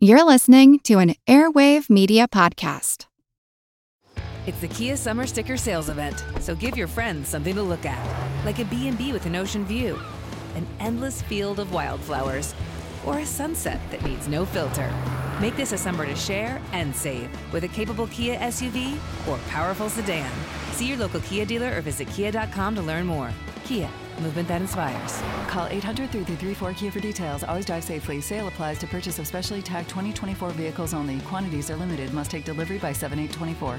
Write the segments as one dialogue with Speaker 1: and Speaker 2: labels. Speaker 1: You're listening to an Airwave Media Podcast.
Speaker 2: It's the Kia Summer Sticker Sales Event, so give your friends something to look at, like a B&B with an ocean view, an endless field of wildflowers, or a sunset that needs no filter. Make this a summer to share and save with a capable Kia SUV or powerful sedan. See your local Kia dealer or visit kia.com to learn more. Kia, movement that inspires.
Speaker 3: Call 800-334-KIA for details. Always drive safely. Sale applies to purchase of specially tagged 2024 vehicles only. Quantities are limited. Must take delivery by 7824.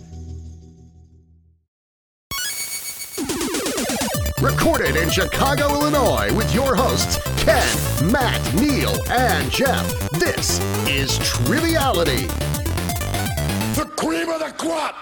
Speaker 4: Recorded in Chicago, Illinois, with your hosts, Ken, Matt, Neil, and Jeff. This is Triviality. The cream of the crop!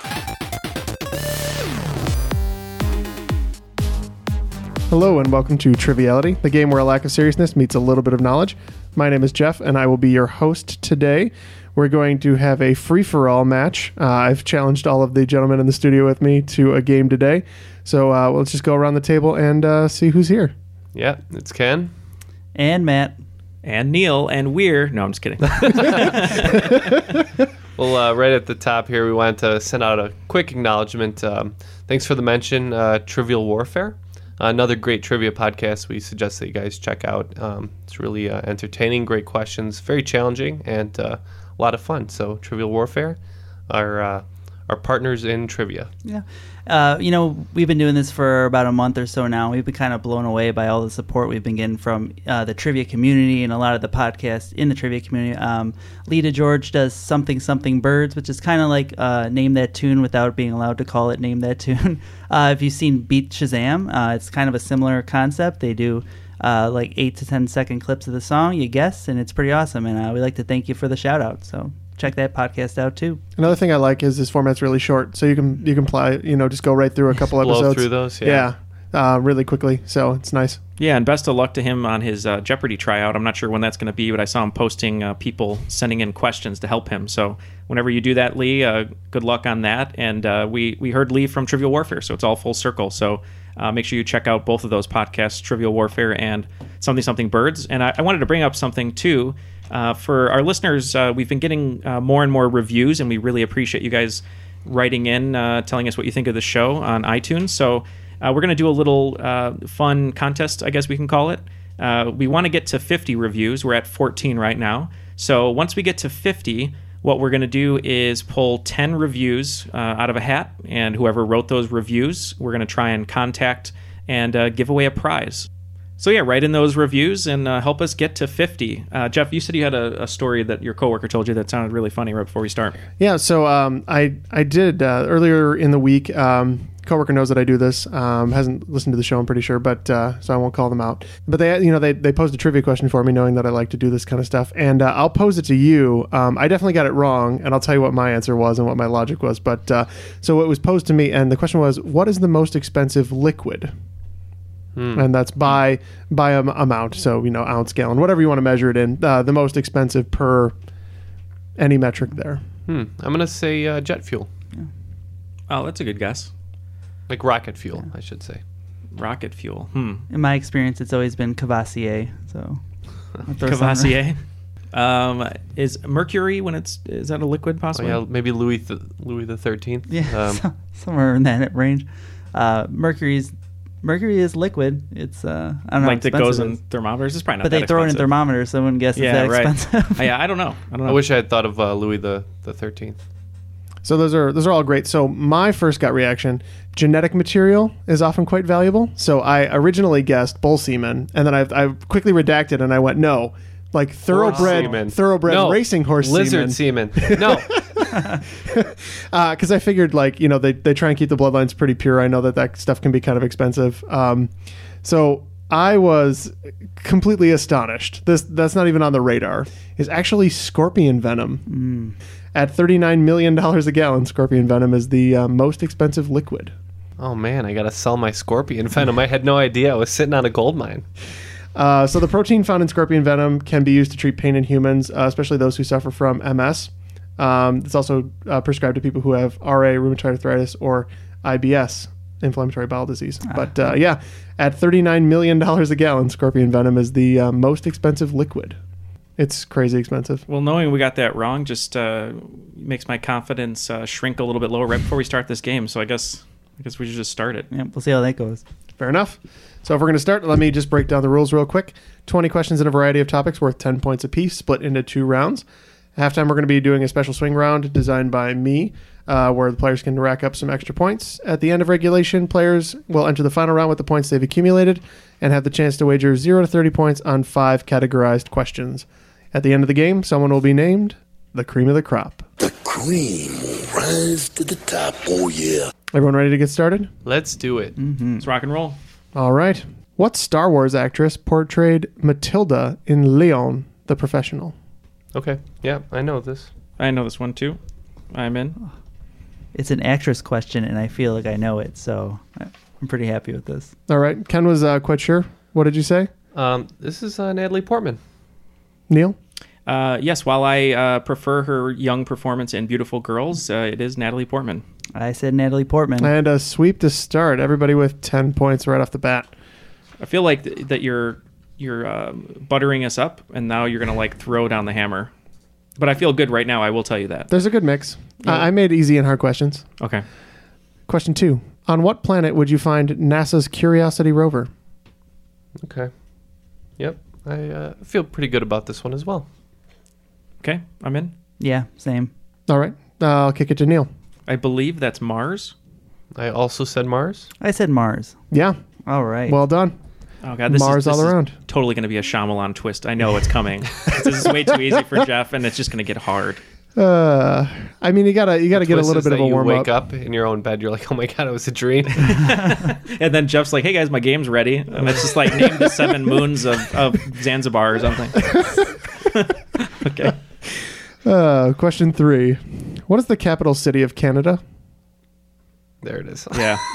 Speaker 5: Hello and welcome to Triviality, the game where a lack of seriousness meets a little bit of knowledge. My name is Jeff and I will be your host today. We're going to have a free for all match. Uh, I've challenged all of the gentlemen in the studio with me to a game today. So uh, let's just go around the table and uh, see who's here.
Speaker 6: Yeah, it's Ken.
Speaker 7: and Matt.
Speaker 8: and Neil and we're no, I'm just kidding.
Speaker 6: Well, uh, right at the top here, we wanted to send out a quick acknowledgement. Um, thanks for the mention, uh, Trivial Warfare. Another great trivia podcast we suggest that you guys check out. Um, it's really uh, entertaining, great questions, very challenging, and uh, a lot of fun. So, Trivial Warfare are, uh, are partners in trivia.
Speaker 7: Yeah. Uh, you know, we've been doing this for about a month or so now. We've been kind of blown away by all the support we've been getting from uh, the trivia community and a lot of the podcasts in the trivia community. Um, Lita George does something something birds, which is kind of like uh, name that tune without being allowed to call it name that tune. Uh, if you've seen Beat Shazam, uh, it's kind of a similar concept. They do. Uh, like eight to ten second clips of the song, you guess, and it's pretty awesome. And uh, we like to thank you for the shout out. So check that podcast out too.
Speaker 5: Another thing I like is this format's really short, so you can you can play you know just go right through a couple
Speaker 6: Blow
Speaker 5: episodes.
Speaker 6: through those, yeah.
Speaker 5: yeah uh, really quickly. So it's nice.
Speaker 8: yeah, and best of luck to him on his uh, Jeopardy tryout. I'm not sure when that's going to be, but I saw him posting uh, people sending in questions to help him. So whenever you do that, Lee, uh, good luck on that. And uh, we we heard Lee from Trivial Warfare, so it's all full circle. So. Uh, make sure you check out both of those podcasts, Trivial Warfare and Something Something Birds. And I, I wanted to bring up something too uh, for our listeners. Uh, we've been getting uh, more and more reviews, and we really appreciate you guys writing in, uh, telling us what you think of the show on iTunes. So uh, we're going to do a little uh, fun contest, I guess we can call it. Uh, we want to get to 50 reviews. We're at 14 right now. So once we get to 50, what we're going to do is pull 10 reviews uh, out of a hat, and whoever wrote those reviews, we're going to try and contact and uh, give away a prize. So yeah, write in those reviews and uh, help us get to 50. Uh, Jeff, you said you had a, a story that your coworker told you that sounded really funny right before we start.
Speaker 5: Yeah, so um, I I did uh, earlier in the week. Um, coworker knows that I do this. Um, hasn't listened to the show, I'm pretty sure, but uh, so I won't call them out. But they, you know, they they posed a trivia question for me, knowing that I like to do this kind of stuff, and uh, I'll pose it to you. Um, I definitely got it wrong, and I'll tell you what my answer was and what my logic was. But uh, so it was posed to me, and the question was, what is the most expensive liquid? And that's by by um, amount, so you know, ounce, gallon, whatever you want to measure it in. Uh, the most expensive per any metric there.
Speaker 6: Hmm. I'm going to say uh, jet fuel,
Speaker 8: Oh, that's a good guess.
Speaker 6: like rocket fuel, I should say.
Speaker 8: Rocket fuel. Hmm.
Speaker 7: In my experience, it's always been Cavassier. So I'll throw some-
Speaker 8: Cavassier. Um, is mercury when it's is that a liquid
Speaker 6: Oh,
Speaker 8: possibly?
Speaker 6: yeah, maybe Louis th- Louis the Thirteenth.
Speaker 7: Yeah,
Speaker 5: Um,
Speaker 7: so- somewhere in that range. Uh, mercury's mercury is liquid. It's uh, I don't know. how
Speaker 8: like that goes
Speaker 7: expensive
Speaker 8: in
Speaker 7: it is.
Speaker 8: thermometers. It's probably not.
Speaker 7: but they
Speaker 8: that
Speaker 7: throw it in
Speaker 8: expensive.
Speaker 7: thermometers. Someone guesses
Speaker 8: Yeah,
Speaker 7: that
Speaker 8: right.
Speaker 7: expensive.
Speaker 8: yeah, I don't know. I don't know.
Speaker 6: I wish I had thought of uh, Louis the the Thirteenth.
Speaker 5: So those are those are all great. So my first gut reaction, genetic material is often quite valuable. So I originally guessed bull semen, and then I, I quickly redacted and I went no, like thoroughbred
Speaker 6: Semen.
Speaker 5: thoroughbred
Speaker 6: No,
Speaker 5: racing horse
Speaker 6: lizard
Speaker 5: semen,
Speaker 6: semen. No,
Speaker 5: because Uh, I figured like you know they they try and keep the bloodlines pretty pure. I know that that stuff can be kind of expensive. Um, so I was completely astonished. This that's not even on the radar. Is actually scorpion venom. At thirty-nine million dollars a gallon, scorpion venom is the uh, most expensive liquid.
Speaker 6: Oh man, I gotta sell my scorpion venom. I had no idea I was sitting on a gold mine.
Speaker 5: Uh, so the protein found in scorpion venom can be used to treat pain in humans, uh, especially those who suffer from MS. Um, it's also uh, prescribed to people who have RA, rheumatoid arthritis, or IBS, inflammatory bowel disease. But uh, yeah, at $39 million a gallon, scorpion venom is the uh, most expensive liquid. It's crazy expensive.
Speaker 8: Well, knowing we got that wrong just uh, makes my confidence uh, shrink a little bit lower right before we start this game. So I guess I guess we should just start it.
Speaker 7: Yeah, we'll see how that goes.
Speaker 5: Fair enough. So if we're going to start, let me just break down the rules real quick. 20 questions in a variety of topics worth 10 points apiece, split into two rounds. Halftime, we're going to be doing a special swing round designed by me, uh, where the players can rack up some extra points. At the end of regulation, players will enter the final round with the points they've accumulated and have the chance to wager 0 to 30 points on five categorized questions. At the end of the game, someone will be named the cream of the crop.
Speaker 4: Cream will rise to the top. Oh, yeah.
Speaker 5: Everyone ready to get started?
Speaker 6: Let's do
Speaker 9: Mm-hmm.
Speaker 6: it.
Speaker 8: Let's rock and roll.
Speaker 5: All right. What Star Wars actress portrayed Matilda in Leon the Professional?
Speaker 6: Okay. Yeah, I know this.
Speaker 8: I know this one too. I'm in.
Speaker 7: It's an actress question, and I feel like I know it, so I- I'm pretty happy with this.
Speaker 5: All right. Ken was uh, quite sure. What did you say,
Speaker 6: Um, this is uh, Natalie Portman.
Speaker 5: Neil?
Speaker 8: Uh, yes, while I uh, prefer her young performance in Beautiful Girls, uh, it is Natalie Portman.
Speaker 7: I said Natalie Portman.
Speaker 8: Mm.
Speaker 5: And a sweep to start. Everybody with 10 points right off the bat.
Speaker 8: I feel like th- that you're you're um buttering us up, and now you're gonna like throw down the hammer. But I feel good right now. I will tell you that.
Speaker 5: There's a good mix. I-, I made easy and hard questions.
Speaker 8: Okay.
Speaker 5: Question two On what planet would you find NASA's Curiosity rover?
Speaker 6: Okay. Yep. I uh, feel pretty good about this one as well.
Speaker 8: Okay, I'm in.
Speaker 7: yeah, same.
Speaker 5: All right. Uh, I'll kick it to Neil.
Speaker 8: I believe that's Mars.
Speaker 6: I also said Mars.
Speaker 7: I said Mars.
Speaker 5: Yeah.
Speaker 7: All right.
Speaker 5: Well done.
Speaker 8: Oh god, this
Speaker 5: Mars
Speaker 8: is, this
Speaker 5: all
Speaker 8: is
Speaker 5: around.
Speaker 8: totally going to be a Shyamalan twist. I know it's coming. this is way too easy for Jeff, and it's just going to get hard.
Speaker 5: Uh, I mean, you gotta you gotta get a
Speaker 6: Twist
Speaker 5: little
Speaker 6: is
Speaker 5: bit of
Speaker 6: that
Speaker 5: a
Speaker 6: you
Speaker 5: warm
Speaker 6: wake
Speaker 5: up.
Speaker 6: up in your own bed. You're like, oh my god, it was a dream.
Speaker 8: And then Jeff's like, "Hey guys, my game's ready," and it's just like name the seven moons of, of Zanzibar or something. okay,
Speaker 5: Uh, question three: What is the capital city of Canada?
Speaker 6: there it is.
Speaker 8: yeah.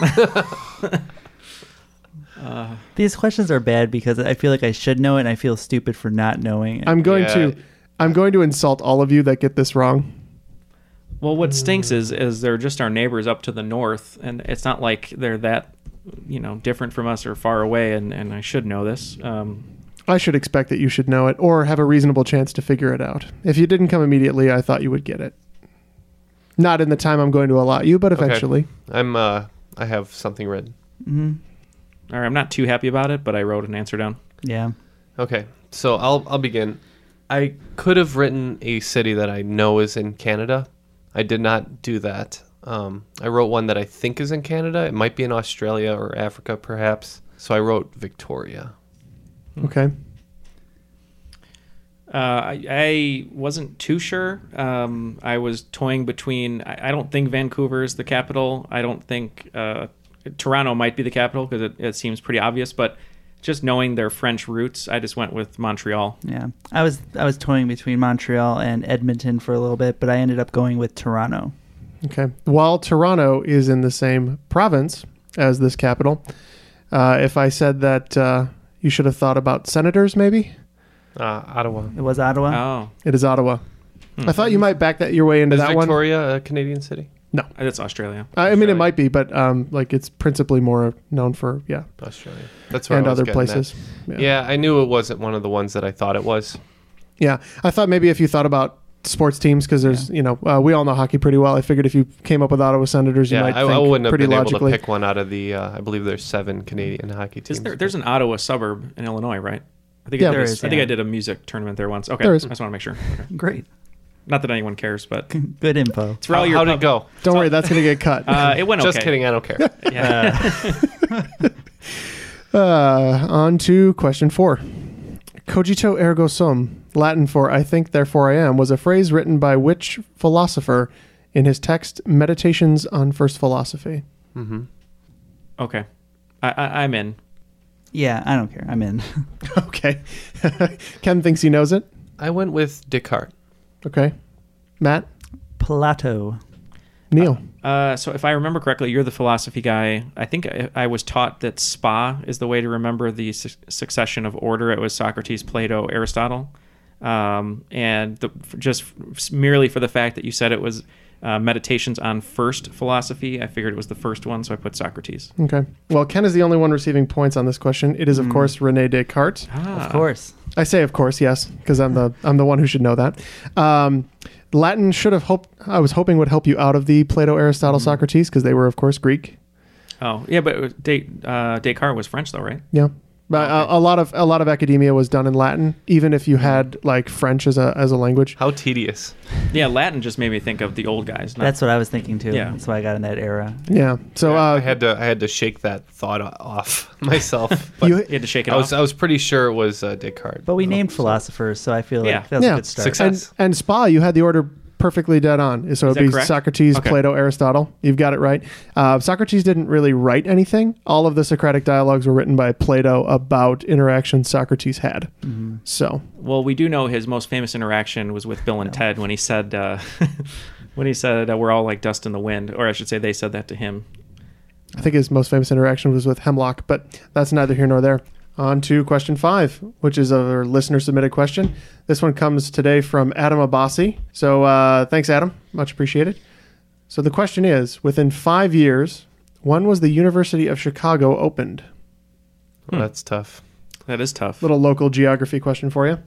Speaker 8: Uh,
Speaker 7: These questions are bad because I feel like I should know it, and I feel stupid for not knowing it.
Speaker 5: I'm going
Speaker 6: Yeah.
Speaker 5: to, I'm going to insult all of you that get this wrong.
Speaker 8: Well, what stinks is is they're just our neighbors up to the north, and it's not like they're that you know different from us or far away. And, and I should know this. Um,
Speaker 5: I should expect that you should know it or have a reasonable chance to figure it out. If you didn't come immediately, I thought you would get it. Not in the time I'm going to allot you, but
Speaker 6: Okay.
Speaker 5: eventually.
Speaker 6: I'm. Uh, I have something red.
Speaker 8: all right, I'm not too happy about it, but I wrote an answer down.
Speaker 7: Yeah.
Speaker 6: Okay, so I'll I'll begin. I could have written a city that I know is in Canada. I did not do that. Um, I wrote one that I think is in Canada. It might be in Australia or Africa, perhaps. So I wrote Victoria.
Speaker 5: Mm. Okay.
Speaker 8: Uh, I, I wasn't too sure. Um, I was toying between. I, I don't think Vancouver is the capital. I don't think uh, Toronto might be the capital because it, it seems pretty obvious. But just knowing their French roots, I just went with Montreal.
Speaker 7: Yeah, I was I was toying between Montreal and Edmonton for a little bit, but I ended up going with Toronto.
Speaker 5: Okay. While Toronto is in the same province as this capital, uh, if I said that uh, you should have thought about senators, maybe
Speaker 6: Uh, Ottawa.
Speaker 7: It was Ottawa.
Speaker 8: Oh,
Speaker 5: it is Ottawa.
Speaker 8: Hmm.
Speaker 5: I thought you might back that your way into
Speaker 6: Is
Speaker 5: that one.
Speaker 6: Victoria a Canadian city?
Speaker 8: that's Australia.
Speaker 5: I I mean, it
Speaker 8: Australia.
Speaker 5: might be, but um, like it's principally more known for yeah,
Speaker 6: Australia. That's where
Speaker 5: and
Speaker 6: I was
Speaker 5: other
Speaker 6: getting at.
Speaker 5: places.
Speaker 6: Yeah. I knew it wasn't one of the ones that I thought it was.
Speaker 5: Yeah, I thought maybe if you thought about sports teams, because there's you know uh, we all know hockey pretty well. I figured if you came up with Ottawa Senators, you
Speaker 6: Yeah,
Speaker 5: might
Speaker 6: I,
Speaker 5: think
Speaker 6: I wouldn't have
Speaker 5: pretty
Speaker 6: been able
Speaker 5: logically.
Speaker 6: to pick one out of the. Uh, I believe there's seven Canadian hockey teams.
Speaker 8: Is there, there's an Ottawa suburb in Illinois, right? I think
Speaker 5: Yeah.
Speaker 8: I did
Speaker 5: There
Speaker 8: a-
Speaker 7: is,
Speaker 8: I think
Speaker 7: yeah.
Speaker 8: I did a music tournament there once. Okay,
Speaker 5: There is.
Speaker 8: I just want to make sure. Okay.
Speaker 7: Great,
Speaker 8: Not that anyone cares, but it's
Speaker 7: good info.
Speaker 8: for all
Speaker 6: How-
Speaker 8: your
Speaker 6: how'd it
Speaker 8: pub-
Speaker 6: go?
Speaker 5: Don't worry, that's gonna get cut.
Speaker 8: Uh, it went okay.
Speaker 6: Just kidding. I don't care.
Speaker 8: Yeah.
Speaker 5: Uh, on to question four. Cogito ergo sum, Latin for I think, therefore I am, was a phrase written by which philosopher in his text Meditations on First Philosophy?
Speaker 6: mm-hmm.
Speaker 8: okay, I, I, I'm in.
Speaker 7: Yeah, I don't care. I'm in.
Speaker 5: okay. Ken thinks he knows it.
Speaker 6: I went with Descartes.
Speaker 5: Okay. Matt?
Speaker 7: Plato.
Speaker 5: Neil?
Speaker 8: Uh, so if I remember correctly, you're the philosophy guy. I think I, I was taught that spa is the way to remember the su- succession of order. It was Socrates, Plato, Aristotle, um, and the, f- just f- merely for the fact that you said it was uh, meditations on first philosophy, I figured it was the first one, so I put Socrates.
Speaker 5: Okay. Well, Ken is the only one receiving points on this question. It is, of course, Rene Descartes.
Speaker 8: Hmm. Ah. Of
Speaker 7: course.
Speaker 5: I say, of course, yes, because I'm the I'm the one who should know that. Um, Latin should have hoped. I was hoping would help you out of the Plato, Aristotle,
Speaker 6: Mm-hmm.
Speaker 5: Socrates, because they were, of course, Greek.
Speaker 8: Oh yeah, but it was Des- uh, Descartes was French though, right?
Speaker 5: Yeah. But a, a lot of a lot of academia was done in Latin, even if you had like French as a as a language.
Speaker 6: How tedious.
Speaker 8: Yeah, Latin just made me think of the old guys.
Speaker 7: That's what I was thinking too.
Speaker 8: Yeah.
Speaker 7: That's why I got in that era.
Speaker 5: Yeah. So uh,
Speaker 6: I had to I had to shake that thought o- off myself. But
Speaker 8: You- You had to shake it
Speaker 6: I was,
Speaker 8: off?
Speaker 6: I was pretty sure it was uh, Descartes.
Speaker 7: But we named philosophers, so I feel like that was a good start.
Speaker 5: And, and spa, you had the order perfectly dead on. So
Speaker 7: Is
Speaker 5: it'd
Speaker 7: that
Speaker 5: be
Speaker 7: correct?
Speaker 5: Socrates,
Speaker 7: Okay.
Speaker 5: Plato, Aristotle. You've got it right. Uh, Socrates didn't really write anything. All of the Socratic dialogues were written by Plato about interactions Socrates had.
Speaker 7: Mm-hmm.
Speaker 5: So
Speaker 8: Well, we do know his most famous interaction was with Bill and Ted when he said, uh, when he said, uh, "We're all like dust in the wind," or I should say, they said that to him.
Speaker 5: I think his most famous interaction was with Hemlock, but that's neither here nor there. On to question five, which is a listener submitted question. This one comes today from Adam Abassi. So uh, thanks, Adam. Much appreciated. So the question is within five years, when was the University of Chicago opened?
Speaker 9: Hmm.
Speaker 6: Well, that's tough.
Speaker 8: That is tough.
Speaker 5: Little local geography question for you.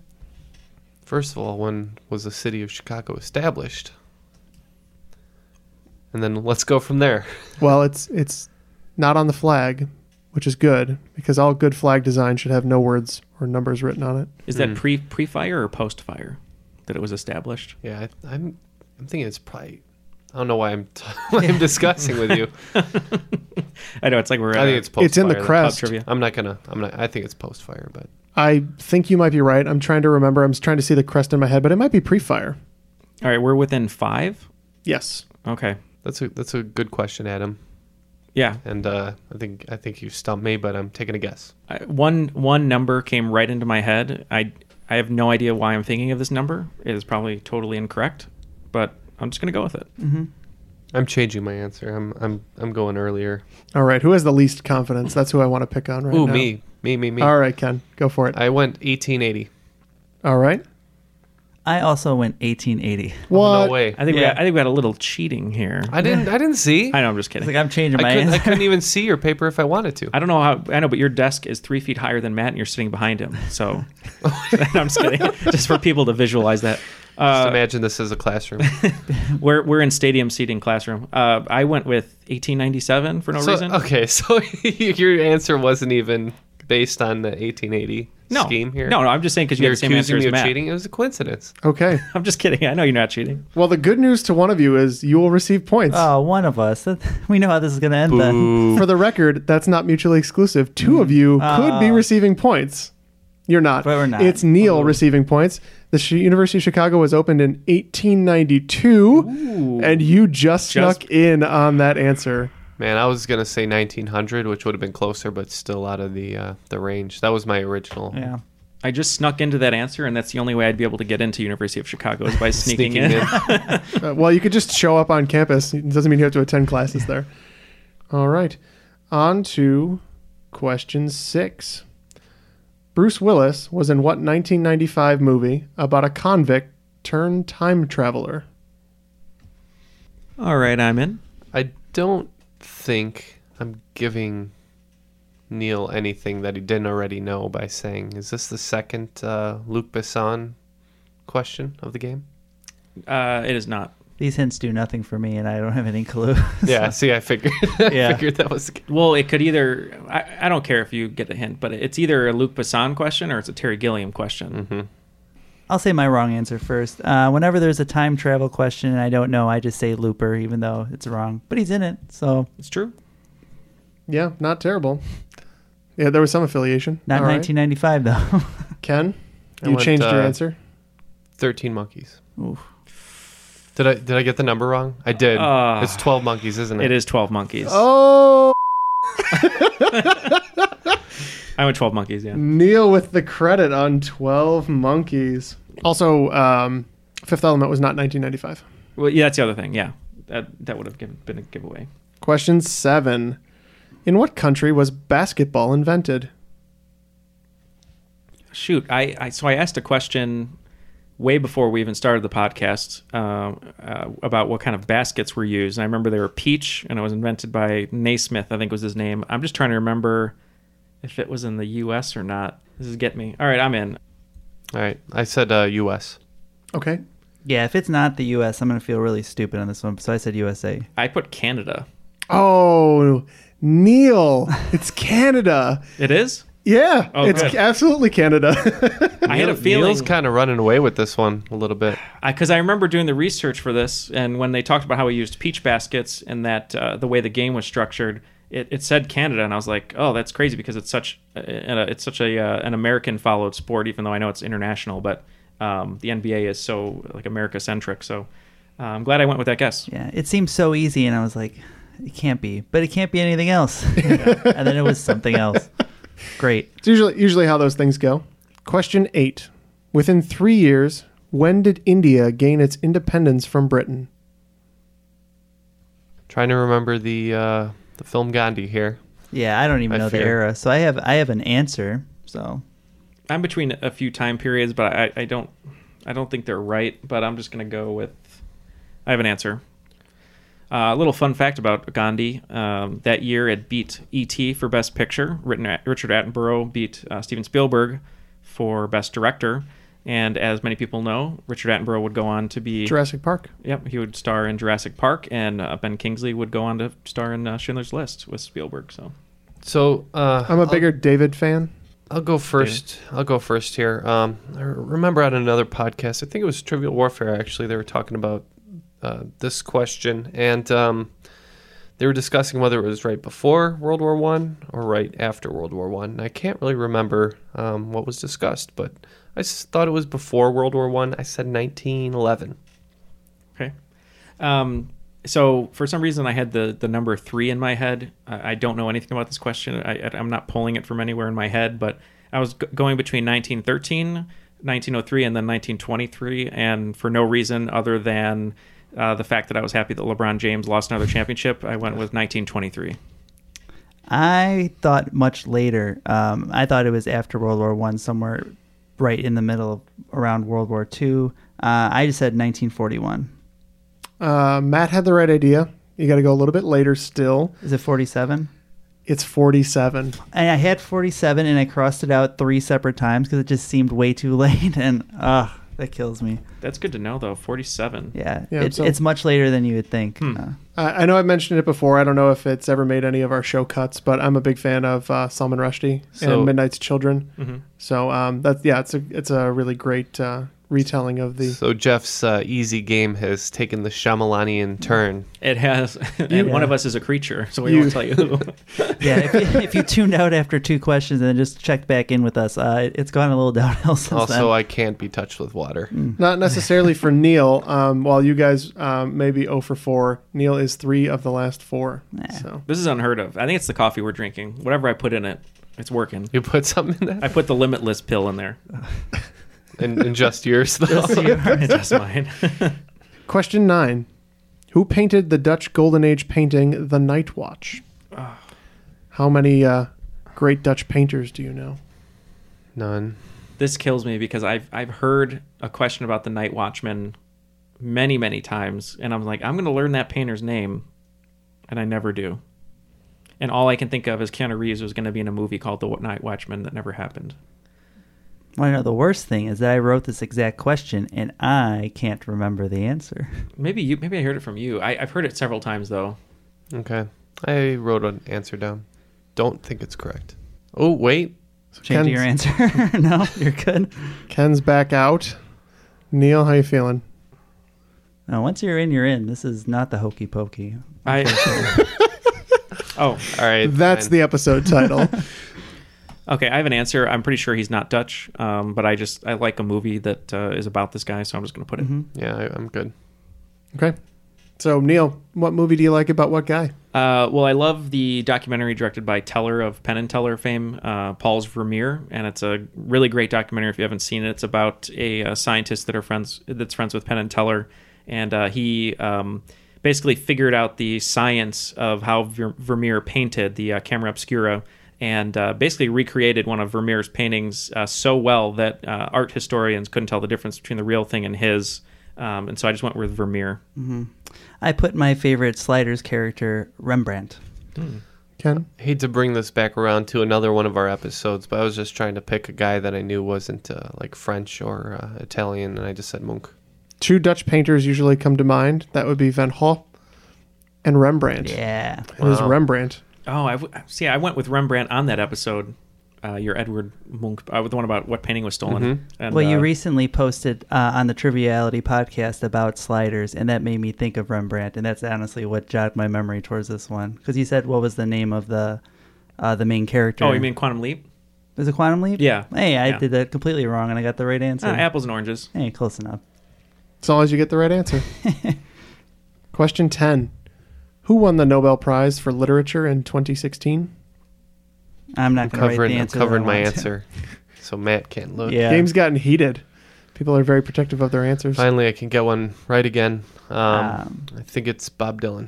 Speaker 6: First of all, when was the city of Chicago established? And then let's go from there.
Speaker 5: Well, it's it's not on the flag, which is good because all good flag design should have no words or numbers written on it.
Speaker 8: Is
Speaker 6: Hmm.
Speaker 8: that pre pre fire or post fire that it was established?
Speaker 6: Yeah, I, I'm I'm thinking it's probably. I don't know why I'm t- why I'm discussing with you.
Speaker 8: I know it's like we're. uh,
Speaker 6: I
Speaker 8: at
Speaker 6: think
Speaker 8: a-
Speaker 6: it's post.
Speaker 5: It's in the crest.
Speaker 6: I'm not gonna. I'm not. I think it's post fire, but
Speaker 5: I think you might be right. I'm trying to remember. I'm trying to see the crest in my head, but it might be pre-fire.
Speaker 8: All right, we're within five.
Speaker 5: Yes.
Speaker 8: Okay.
Speaker 6: That's a that's a good question, Adam.
Speaker 8: Yeah.
Speaker 6: And uh, I think I think you stumped me, but I'm taking a guess.
Speaker 8: I, one one number came right into my head. I I have no idea why I'm thinking of this number. It is probably totally incorrect, but I'm just gonna go with it.
Speaker 6: Hmm. I'm changing my answer. I'm I'm I'm going earlier.
Speaker 5: All right. Who has the least confidence? That's who I want to pick on right
Speaker 6: Ooh,
Speaker 5: now.
Speaker 6: me, me, me, me.
Speaker 5: All right, Ken, go for it.
Speaker 6: I went 1880.
Speaker 5: All right.
Speaker 7: I also went 1880.
Speaker 5: What?
Speaker 6: no way.
Speaker 8: I think we
Speaker 7: Yeah.
Speaker 8: got, I think we had a little cheating here.
Speaker 6: I didn't. I didn't see.
Speaker 8: I know. I'm just kidding.
Speaker 7: It's like I'm changing my
Speaker 6: I couldn't, I
Speaker 7: answer.
Speaker 6: couldn't even see your paper if I wanted to.
Speaker 8: I don't know how I know, but your desk is three feet higher than Matt, and you're sitting behind him. So I'm just kidding, just for people to visualize that.
Speaker 6: Just
Speaker 8: Uh,
Speaker 6: imagine this as a classroom.
Speaker 8: we're we're in stadium seating classroom. Uh, I went with 1897 for no
Speaker 6: So-
Speaker 8: reason.
Speaker 6: Okay, so your answer wasn't even based on the 1880
Speaker 8: No.
Speaker 6: scheme here.
Speaker 8: No, no, I'm just saying 'cause you
Speaker 6: You're
Speaker 8: had the same
Speaker 6: accusing
Speaker 8: answer as
Speaker 6: me of
Speaker 8: Matt.
Speaker 6: cheating. It was a coincidence.
Speaker 5: Okay.
Speaker 8: I'm just kidding. I know you're not cheating.
Speaker 5: Well, the good news to one of you is you will receive points.
Speaker 7: Oh, one of us. We know how this is going to end then.
Speaker 5: For the record, that's not mutually exclusive. Two of you could be receiving points. You're not.
Speaker 7: But we're not.
Speaker 5: It's Neil receiving points. The Sh- University of Chicago was opened in 1892, and you just,
Speaker 8: Just-
Speaker 5: snuck in on that answer.
Speaker 6: Man, I was gonna say 1900, which would have been closer, but still out of the uh, the range. That was my original.
Speaker 7: Yeah.
Speaker 8: I just snuck into that answer, and that's the only way I'd be able to get into University of Chicago is by sneaking,
Speaker 6: Sneaking
Speaker 8: in.
Speaker 6: in.
Speaker 5: Uh, well, you could just show up on campus. It doesn't mean you have to attend classes there. All right. On to question six. Bruce Willis was in what 1995 movie about a convict turned time traveler?
Speaker 8: All right, I'm in.
Speaker 6: I don't think I'm giving Neil anything that he didn't already know by saying, "Is this the second uh, Luc Besson question of the game?"
Speaker 8: Uh, it is not.
Speaker 7: These hints do nothing for me, and I don't have any clue.
Speaker 6: Yeah. See, I figured. I
Speaker 7: Yeah.
Speaker 6: figured that was. the-
Speaker 8: Well, it could either. I, I don't care if you get the hint, but it's either a Luke Besson question or it's a Terry Gilliam question.
Speaker 6: Mm-hmm.
Speaker 7: I'll say my wrong answer first. Uh, whenever there's a time travel question and I don't know, I just say Looper, even though it's wrong. But he's in it, so
Speaker 8: It's true.
Speaker 5: Yeah, not terrible. Yeah, there was some affiliation.
Speaker 7: not
Speaker 5: All right.
Speaker 7: 1995
Speaker 5: Ken,
Speaker 6: I
Speaker 5: you
Speaker 6: went,
Speaker 5: changed your
Speaker 6: uh,
Speaker 5: answer.
Speaker 6: Thirteen monkeys.
Speaker 7: though. Oof.
Speaker 6: Did I did I get the number wrong? I did.
Speaker 8: Ah.
Speaker 6: it's twelve monkeys, isn't it?
Speaker 8: It is Twelve Monkeys.
Speaker 5: Oh,
Speaker 8: I went 12 Monkeys, yeah.
Speaker 5: Neil with the credit on 12 Monkeys. Also, um, Fifth Element was not 1995.
Speaker 8: Well, yeah, that's the other thing. Yeah, that that would have given, been a giveaway.
Speaker 5: Question seven In what country was basketball invented?
Speaker 8: Shoot, I, I so I asked a question way before we even started the podcast uh, uh, about what kind of baskets were used. And I remember they were peach, and it was invented by Naismith, I think was his name. I'm just trying to remember if it was in the U.S. or not. This is get me. All right, I'm in.
Speaker 6: All right, I said uh, U.S.
Speaker 5: Okay.
Speaker 7: Yeah, if it's not the U.S., I'm going to feel really stupid on this one. So I said USA.
Speaker 8: I put Canada.
Speaker 5: Oh, Neil, it's Canada.
Speaker 8: It is.
Speaker 5: Yeah,
Speaker 8: Oh,
Speaker 5: it's
Speaker 8: good.
Speaker 5: absolutely Canada.
Speaker 8: I had a feeling
Speaker 6: Neil's kind of running away with this one a little bit.
Speaker 8: because Uh, I, remember doing the research for this, and when they talked about how we used peach baskets and that uh, the way the game was structured, it, it said Canada, and I was like, "Oh, that's crazy," because it's such uh, uh, it's such a uh, an American followed sport, even though I know it's international. But um, the NBA is so like America centric, so uh, I'm glad I went with that guess.
Speaker 7: Yeah, it seemed so easy, and I was like, it can't be, but it can't be anything else. and then it was something else. Great.
Speaker 5: It's usually usually how those things go. Question eight: Within three years, when did India gain its independence from Britain?
Speaker 6: Trying to remember the uh, the film Gandhi here.
Speaker 7: Yeah, I don't even
Speaker 6: I
Speaker 7: know the
Speaker 6: fear.
Speaker 7: era, so I have I have an answer. So
Speaker 8: I'm between a few time periods, but I, I don't I don't think they're right. But I'm just gonna go with I have an answer. Uh, a little fun fact about Gandhi: um, that year it beat E.T. for Best Picture. Written at, Richard Attenborough beat uh, Steven Spielberg for Best Director. And as many people know, Richard Attenborough would go on to be
Speaker 5: Jurassic Park.
Speaker 8: Yep, he would star in Jurassic Park, and uh, Ben Kingsley would go on to star in uh, Schindler's List with Spielberg. So
Speaker 6: So uh,
Speaker 5: I'm a bigger David fan.
Speaker 6: I'll go first. I'll go first here. Um, I remember on another podcast, I think it was Trivial Warfare. Actually, they were talking about uh, this question, and um, they were discussing whether it was right before World War One or right after World War One. And I can't really remember um, what was discussed, but I s- thought it was before World War One. I. said 1911.
Speaker 8: Okay. Um, so for some reason, I had the the number three in my head. I, I don't know anything about this question. I, I, I'm not pulling it from anywhere in my head, but I was g- going between 1913, 1903, and then 1923, and for no reason other than uh, the fact that I was happy that LeBron James lost another championship, I went with 1923.
Speaker 7: I thought much later. Um, I thought it was after World War One, somewhere right in the middle of around World War Two. Uh, I just said 1941.
Speaker 5: Uh, Matt had the right idea. You got to go a little bit later. Still,
Speaker 7: is it 47?
Speaker 5: It's 47.
Speaker 7: And I had 47, and I crossed it out three separate times because it just seemed way too late, and ugh, that kills me.
Speaker 8: That's good to know, though. 47.
Speaker 7: Yeah,
Speaker 5: Yeah,
Speaker 7: it's
Speaker 5: so-
Speaker 7: it's much later than you would think.
Speaker 6: Hmm.
Speaker 7: Uh,
Speaker 5: I, I know I've mentioned it before. I don't know if it's ever made any of our show cuts, but I'm a big fan of uh, Salman Rushdie
Speaker 6: So-
Speaker 5: and Midnight's Children.
Speaker 6: Mhm.
Speaker 5: So um, that's yeah, it's a it's a really great uh, retelling of the.
Speaker 6: So Jeff's uh, easy game has taken the Shyamalanian turn.
Speaker 8: It has, and one of us is a creature, so we
Speaker 6: You-
Speaker 8: won't tell you who.
Speaker 7: yeah, if you, if you tuned out after two questions and then just checked back in with us, uh, it's gone a little downhill since then.
Speaker 6: Also, I can't be touched with water.
Speaker 5: Not necessarily for Neil. Um, while you guys um, may be 0 for 4, Neil is 3 of the last 4. So
Speaker 8: This is unheard of. I think it's the coffee we're drinking. Whatever I put in it, it's working.
Speaker 6: You put something in
Speaker 8: that? I put the limitless pill in there.
Speaker 6: And, and just yours, though.
Speaker 8: Just yours. Just mine.
Speaker 5: Question 9 Who painted the Dutch Golden Age painting, The Night Watch? How many uh, great Dutch painters do you know?
Speaker 6: None.
Speaker 8: This kills me because I've I've heard a question about the Night Watchman many many times, and I'm like, I'm going to learn that painter's name, and I never do. And all I can think of is Keanu Reeves was going to be in a movie called The Night Watchman that never happened.
Speaker 7: Well, no, the worst thing is that I wrote this exact question and I can't remember the answer.
Speaker 8: Maybe you. Maybe I heard it from you. I, I've heard it several times though.
Speaker 6: Okay. I wrote an answer down. Don't think it's correct. Oh, wait.
Speaker 7: Change your answer. no, you're good.
Speaker 5: Ken's back out. Neil, how you feeling?
Speaker 7: No, once you're in, you're in. This is not the hokey pokey.
Speaker 8: I. oh,
Speaker 6: all right.
Speaker 5: That's the episode title.
Speaker 8: Okay, I have an answer. I'm pretty sure he's not Dutch, um, but I just I like a movie that uh, is about this guy, so I'm just going to put it.
Speaker 6: Yeah, I, I'm good.
Speaker 5: okay. So, Neil, what movie do you like about what guy?
Speaker 8: Uh, well, I love the documentary directed by Teller of Penn and Teller fame, uh, Paul's Vermeer, and it's a really great documentary. If you haven't seen it, it's about a, uh scientist that are friends that's friends with Penn and Teller, and uh, he um, basically figured out the science of how Ver- Vermeer painted the uh, camera obscura, and uh, basically recreated one of Vermeer's paintings uh, so well that uh, art historians couldn't tell the difference between the real thing and his. Um, and so I just went with Vermeer.
Speaker 7: hmm I put my favorite Sliders character, Rembrandt.
Speaker 5: Ken?
Speaker 6: I hate to bring this back around to another one of our episodes, but I was just trying to pick a guy that I knew wasn't uh, like French or uh, Italian, and I just said Munch.
Speaker 5: Two Dutch painters usually come to mind. That would be Van Gogh and Rembrandt.
Speaker 7: Yeah.
Speaker 5: It was
Speaker 8: Wow.
Speaker 5: Rembrandt.
Speaker 8: Oh, I w- see. I went with Rembrandt on that episode. Uh, your Edward Munch, uh, the one about what painting was stolen.
Speaker 7: Mhm.
Speaker 8: And,
Speaker 7: well, you
Speaker 8: uh,
Speaker 7: recently posted uh, on the Triviality podcast about sliders, and that made me think of Rembrandt, and that's honestly what jogged my memory towards this one. Because you said, what was the name of the uh, the main character?
Speaker 8: Oh, you mean Quantum Leap?
Speaker 7: Is it Quantum Leap?
Speaker 8: Yeah.
Speaker 7: Hey, I
Speaker 8: Yeah.
Speaker 7: did that completely wrong, and I got the right answer.
Speaker 8: Uh, apples and oranges.
Speaker 7: Hey, close enough.
Speaker 5: As long as you get the right answer. Question 10 Who won the Nobel Prize for Literature in 2016?
Speaker 7: I'm not
Speaker 6: I'm
Speaker 7: going to write
Speaker 6: covering,
Speaker 7: the
Speaker 6: I'm
Speaker 7: answer.
Speaker 6: covering
Speaker 7: that I
Speaker 6: my
Speaker 7: want.
Speaker 6: answer, so Matt can't look.
Speaker 5: Game's gotten heated. People are very protective of their answers.
Speaker 6: Finally, I can get one right again. Um, I think it's Bob Dylan.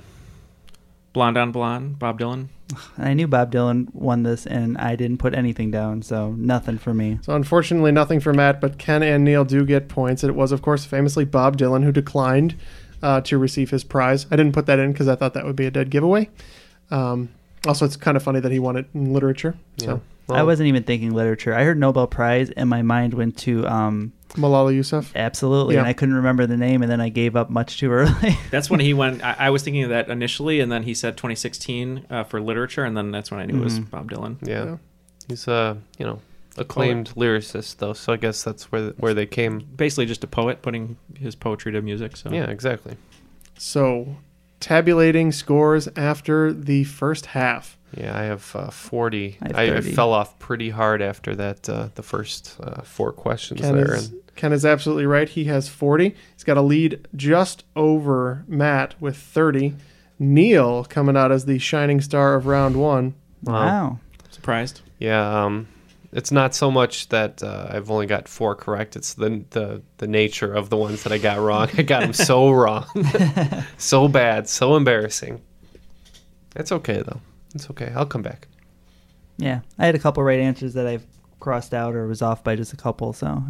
Speaker 8: Blonde on Blonde, Bob Dylan.
Speaker 7: And I knew Bob Dylan won this, and I didn't put anything down, so nothing for me.
Speaker 5: So, unfortunately, nothing for Matt, but Ken and Neil do get points. It was, of course, famously Bob Dylan who declined uh, to receive his prize. I didn't put that in because I thought that would be a dead giveaway. Um, also, it's kind of funny that he won it in literature. So,
Speaker 7: I wasn't even thinking literature. I heard Nobel Prize, and my mind went to um,
Speaker 5: Malala Yousafzai.
Speaker 7: Absolutely, and
Speaker 5: Yeah.
Speaker 7: I couldn't remember the name, and then I gave up much too early.
Speaker 8: That's when he went. I, I was thinking of that initially, and then he said 2016 uh, for literature, and then that's when I knew it was
Speaker 7: Mhm.
Speaker 8: Bob Dylan.
Speaker 6: Yeah. he's uh, you know acclaimed lyricist though, so I guess that's where where they came.
Speaker 8: Basically, just a poet putting his poetry to music. So
Speaker 6: Yeah, exactly.
Speaker 5: so tabulating scores after the first half.
Speaker 6: Yeah, I have uh, 40.
Speaker 5: I have
Speaker 6: I, I
Speaker 5: 30.
Speaker 6: fell off pretty hard after that uh, the first uh, four questions
Speaker 5: Ken
Speaker 6: there.
Speaker 5: is, Ken is absolutely right. He has 40. He's got a lead just over Matt with 30. Neil coming out as the shining star of round one.
Speaker 7: Wow.
Speaker 8: surprised.
Speaker 6: Yeah, um, it's not so much that uh, I've only got four correct. It's the, the the nature of the ones that I got wrong. I got them so wrong, so bad, so embarrassing. It's okay though. It's okay. I'll come back.
Speaker 7: yeah, I had a couple right answers that I've crossed out or was off by just a couple. So,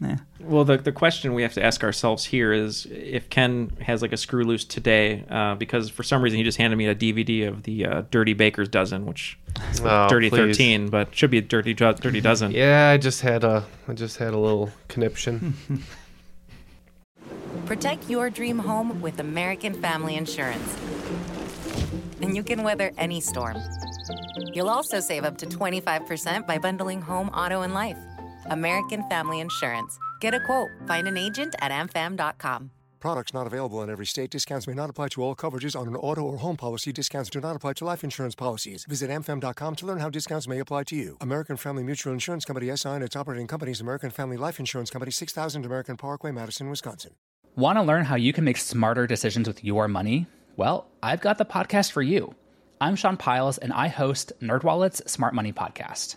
Speaker 7: yeah,
Speaker 8: Well, the, the question we have to ask ourselves here is if Ken has like a screw loose today, uh, because for some reason he just handed me a DVD of the uh, Dirty Baker's Dozen, which is
Speaker 6: Oh,
Speaker 8: Dirty
Speaker 6: please.
Speaker 8: Thirteen, but should be Dirty Do- Dirty Dozen.
Speaker 6: Yeah, I just had a I just had a little
Speaker 5: Hmm.
Speaker 6: conniption.
Speaker 10: Protect your dream home with American Family Insurance. And you can weather any storm. You'll also save up to 25% by bundling home, auto, and life. American Family Insurance. Get a quote, find an agent at amfam.com.
Speaker 11: Products not available in every state. Discounts may not apply to all coverages on an auto or home policy. Discounts do not apply to life insurance policies. Visit amfam.com to learn how discounts may apply to you. American Family Mutual Insurance Company SI and its operating companies, American Family Life Insurance Company, 6000 American Parkway, Madison, Wisconsin.
Speaker 12: Want to learn how you can make smarter decisions with your money? Well, I've got the podcast for you. I'm Sean Piles and I host NerdWallet's Smart Money Podcast.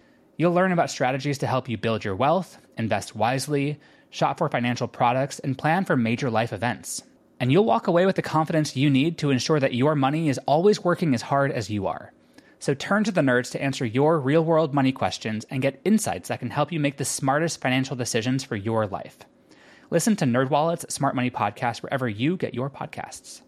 Speaker 12: You'll learn about strategies to help you build your wealth, invest wisely, shop for financial products, and plan for major life events. And you'll walk away with the confidence you need to ensure that your money is always working as hard as you are. So turn to the nerds to answer your real world money questions and get insights that can help you make the smartest financial decisions for your life. Listen to NerdWallet's Smart Money Podcast wherever you get your podcasts.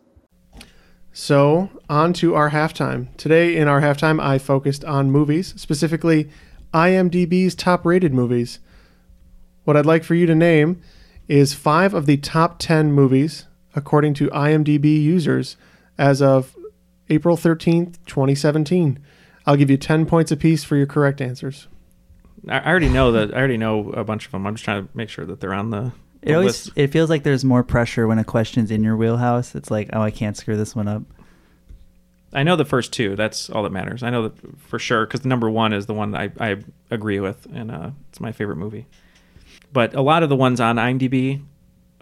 Speaker 5: So, on to our halftime. Today in our halftime, I focused on movies, specifically IMDb's top rated movies. What I'd like for you to name is five of the top 10 movies, according to IMDb users, as of April 13th, 2017. I'll give you 10 points apiece for your correct answers.
Speaker 8: I I already know that. I already know a bunch of them. I'm just trying to make sure that they're on the, the
Speaker 7: It always
Speaker 8: list.
Speaker 7: it feels like there's more pressure when a question's in your wheelhouse. It's like, oh, I can't screw this one up.
Speaker 8: I know the first two. That's all that matters. I know that for sure because the number one is the one I, I agree with, and uh, it's my favorite movie. But a lot of the ones on IMDb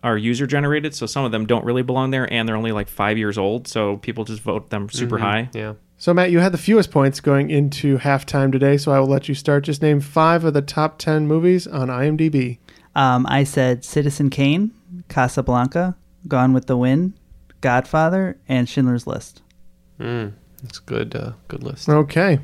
Speaker 8: are user generated, so some of them don't really belong there, and they're only like five years old, so people just vote them super
Speaker 6: Mhm.
Speaker 8: high.
Speaker 6: Yeah.
Speaker 5: So, Matt, you had the fewest points going into halftime today, so I will let you start. Just name five of the top 10 movies on IMDb.
Speaker 7: Um, I said Citizen Kane, Casablanca, Gone with the Wind, Godfather, and Schindler's List.
Speaker 6: Mm, that's good. Uh, good list.
Speaker 5: Okay.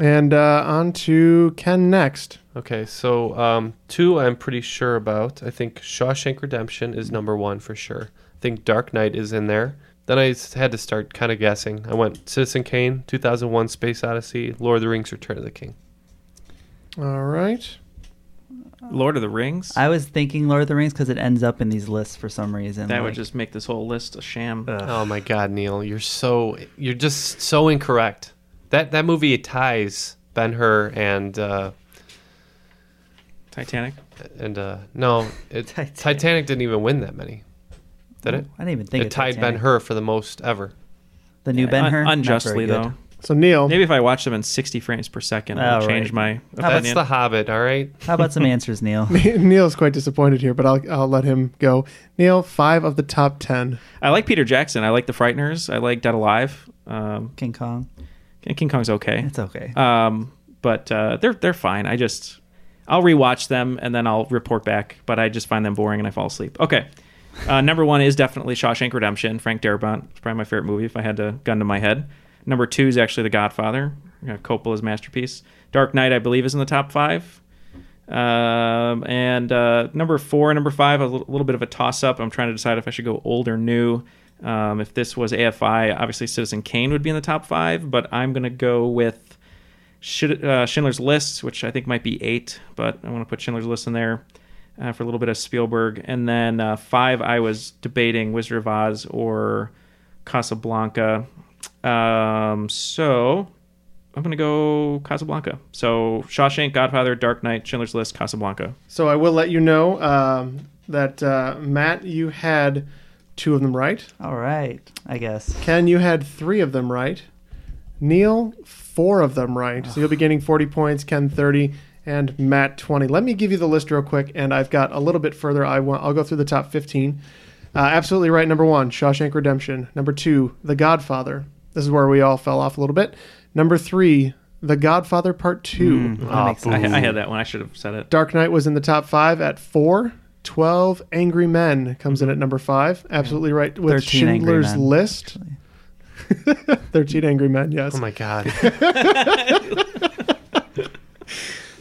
Speaker 5: And uh, on to Ken next.
Speaker 6: Okay, so um, two I'm pretty sure about. I think Shawshank Redemption is number one for sure. I think Dark Knight is in there. Then I s- had to start kind of guessing. I went Citizen Kane, 2001 Space Odyssey, Lord of the Rings, Return of the King.
Speaker 5: All right.
Speaker 8: Lord of the Rings.
Speaker 7: Oh. I was thinking Lord of the Rings because it ends up in these lists for some reason.
Speaker 8: That
Speaker 7: like-
Speaker 8: would just make this whole list a sham.
Speaker 6: Oh my God, Neil, you're so you're just so incorrect. That that movie ties Ben Hur and uh,
Speaker 8: Titanic.
Speaker 6: And uh, no, it, Titanic. didn't even win that many, did it?
Speaker 7: I didn't even think
Speaker 6: it
Speaker 7: of
Speaker 6: tied Ben
Speaker 7: Titanic.
Speaker 6: Hur for the most ever.
Speaker 7: the new Ben Hur
Speaker 8: Un- unjustly though.
Speaker 5: So Neil,
Speaker 8: maybe if I watch them in 60 frames per second, I'll
Speaker 7: All
Speaker 8: change
Speaker 7: right.
Speaker 8: my
Speaker 7: How about
Speaker 8: opinion.
Speaker 7: the
Speaker 6: Hobbit? All right.
Speaker 7: How about some answers, Neil?
Speaker 5: Neil's quite disappointed here, but I'll, I'll let him go. Neil, five of the top 10.
Speaker 8: I like Peter Jackson. I like The Frighteners. I like Dead Alive. Um,
Speaker 7: King Kong.
Speaker 8: King Kong's okay.
Speaker 7: It's okay.
Speaker 8: Um, but uh, they're they're fine. I just I'll rewatch them and then I'll report back. But I just find them boring and I fall asleep. Okay. Uh, number one is definitely Shawshank Redemption. Frank Darabont. It's probably my favorite movie if I had to gun to my head. Number two is actually The Godfather. You know, Coppola's masterpiece. Dark Knight, I believe, is in the top five. Um, and uh, number four, number five, a little, little bit of a toss up. I'm trying to decide if I should go old or new. Um, if this was AFI, obviously Citizen Kane would be in the top five, but I'm going to go with Shid- uh, Schindler's List, which I think might be eight, but I want to put Schindler's List in there uh, for a little bit of Spielberg. And then uh, five, I was debating Wizard of Oz or Casablanca. Um, so I'm going to go Casablanca. So Shawshank, Godfather, Dark Knight, Schindler's List, Casablanca.
Speaker 5: So I will let you know um, that uh, Matt, you had two of them right.
Speaker 7: All right, I guess.
Speaker 5: Ken, you had three of them right. Neil, four of them right. So you'll be gaining 40 points, Ken, 30, and Matt, 20. Let me give you the list real quick, and I've got a little bit further. I want, I'll go through the top 15. Uh, absolutely right. Number one, Shawshank Redemption. Number two, The Godfather. This is where we all fell off a little bit. Number three, The Godfather Part Two.
Speaker 8: Ah, I, I had that one. I should have said it.
Speaker 5: Dark Knight was in the top five at four. 12 Angry Men comes in at number five. Absolutely right. With
Speaker 7: 13 Angry
Speaker 5: Schindler's
Speaker 7: Men,
Speaker 5: List. 13 Angry Men, yes.
Speaker 6: Oh my God. You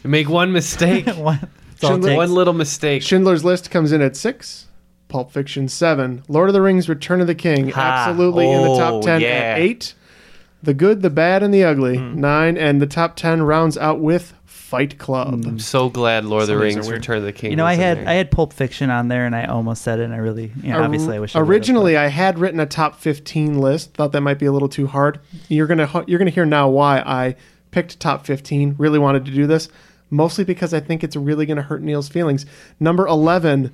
Speaker 6: make one mistake.
Speaker 7: one,
Speaker 5: all it takes.
Speaker 6: one little mistake.
Speaker 5: Schindler's List comes in at six. Pulp Fiction, seven. Lord of the Rings, Return of the King,
Speaker 6: Ha.
Speaker 5: absolutely in the
Speaker 6: Oh,
Speaker 5: top 10
Speaker 6: yeah. Hmm.
Speaker 5: at eight. The Good, the Bad, and the Ugly, nine. And the top 10 rounds out with Fight Club.
Speaker 6: I'm so glad Lord of the
Speaker 5: Some of these
Speaker 6: Rings,
Speaker 5: are weird.
Speaker 6: Return of the King.
Speaker 7: You know, I
Speaker 6: was in
Speaker 7: had
Speaker 6: there.
Speaker 7: I had Pulp Fiction on there, and I almost said it. and I really, you know,
Speaker 5: Or-
Speaker 7: obviously, I wish. I would've.
Speaker 5: originally I had written a top 15 list. Thought that might be a little too hard. You're gonna hu- you're gonna hear now why I picked top 15. Really wanted to do this, mostly because I think it's really gonna hurt Neil's feelings. Number 11,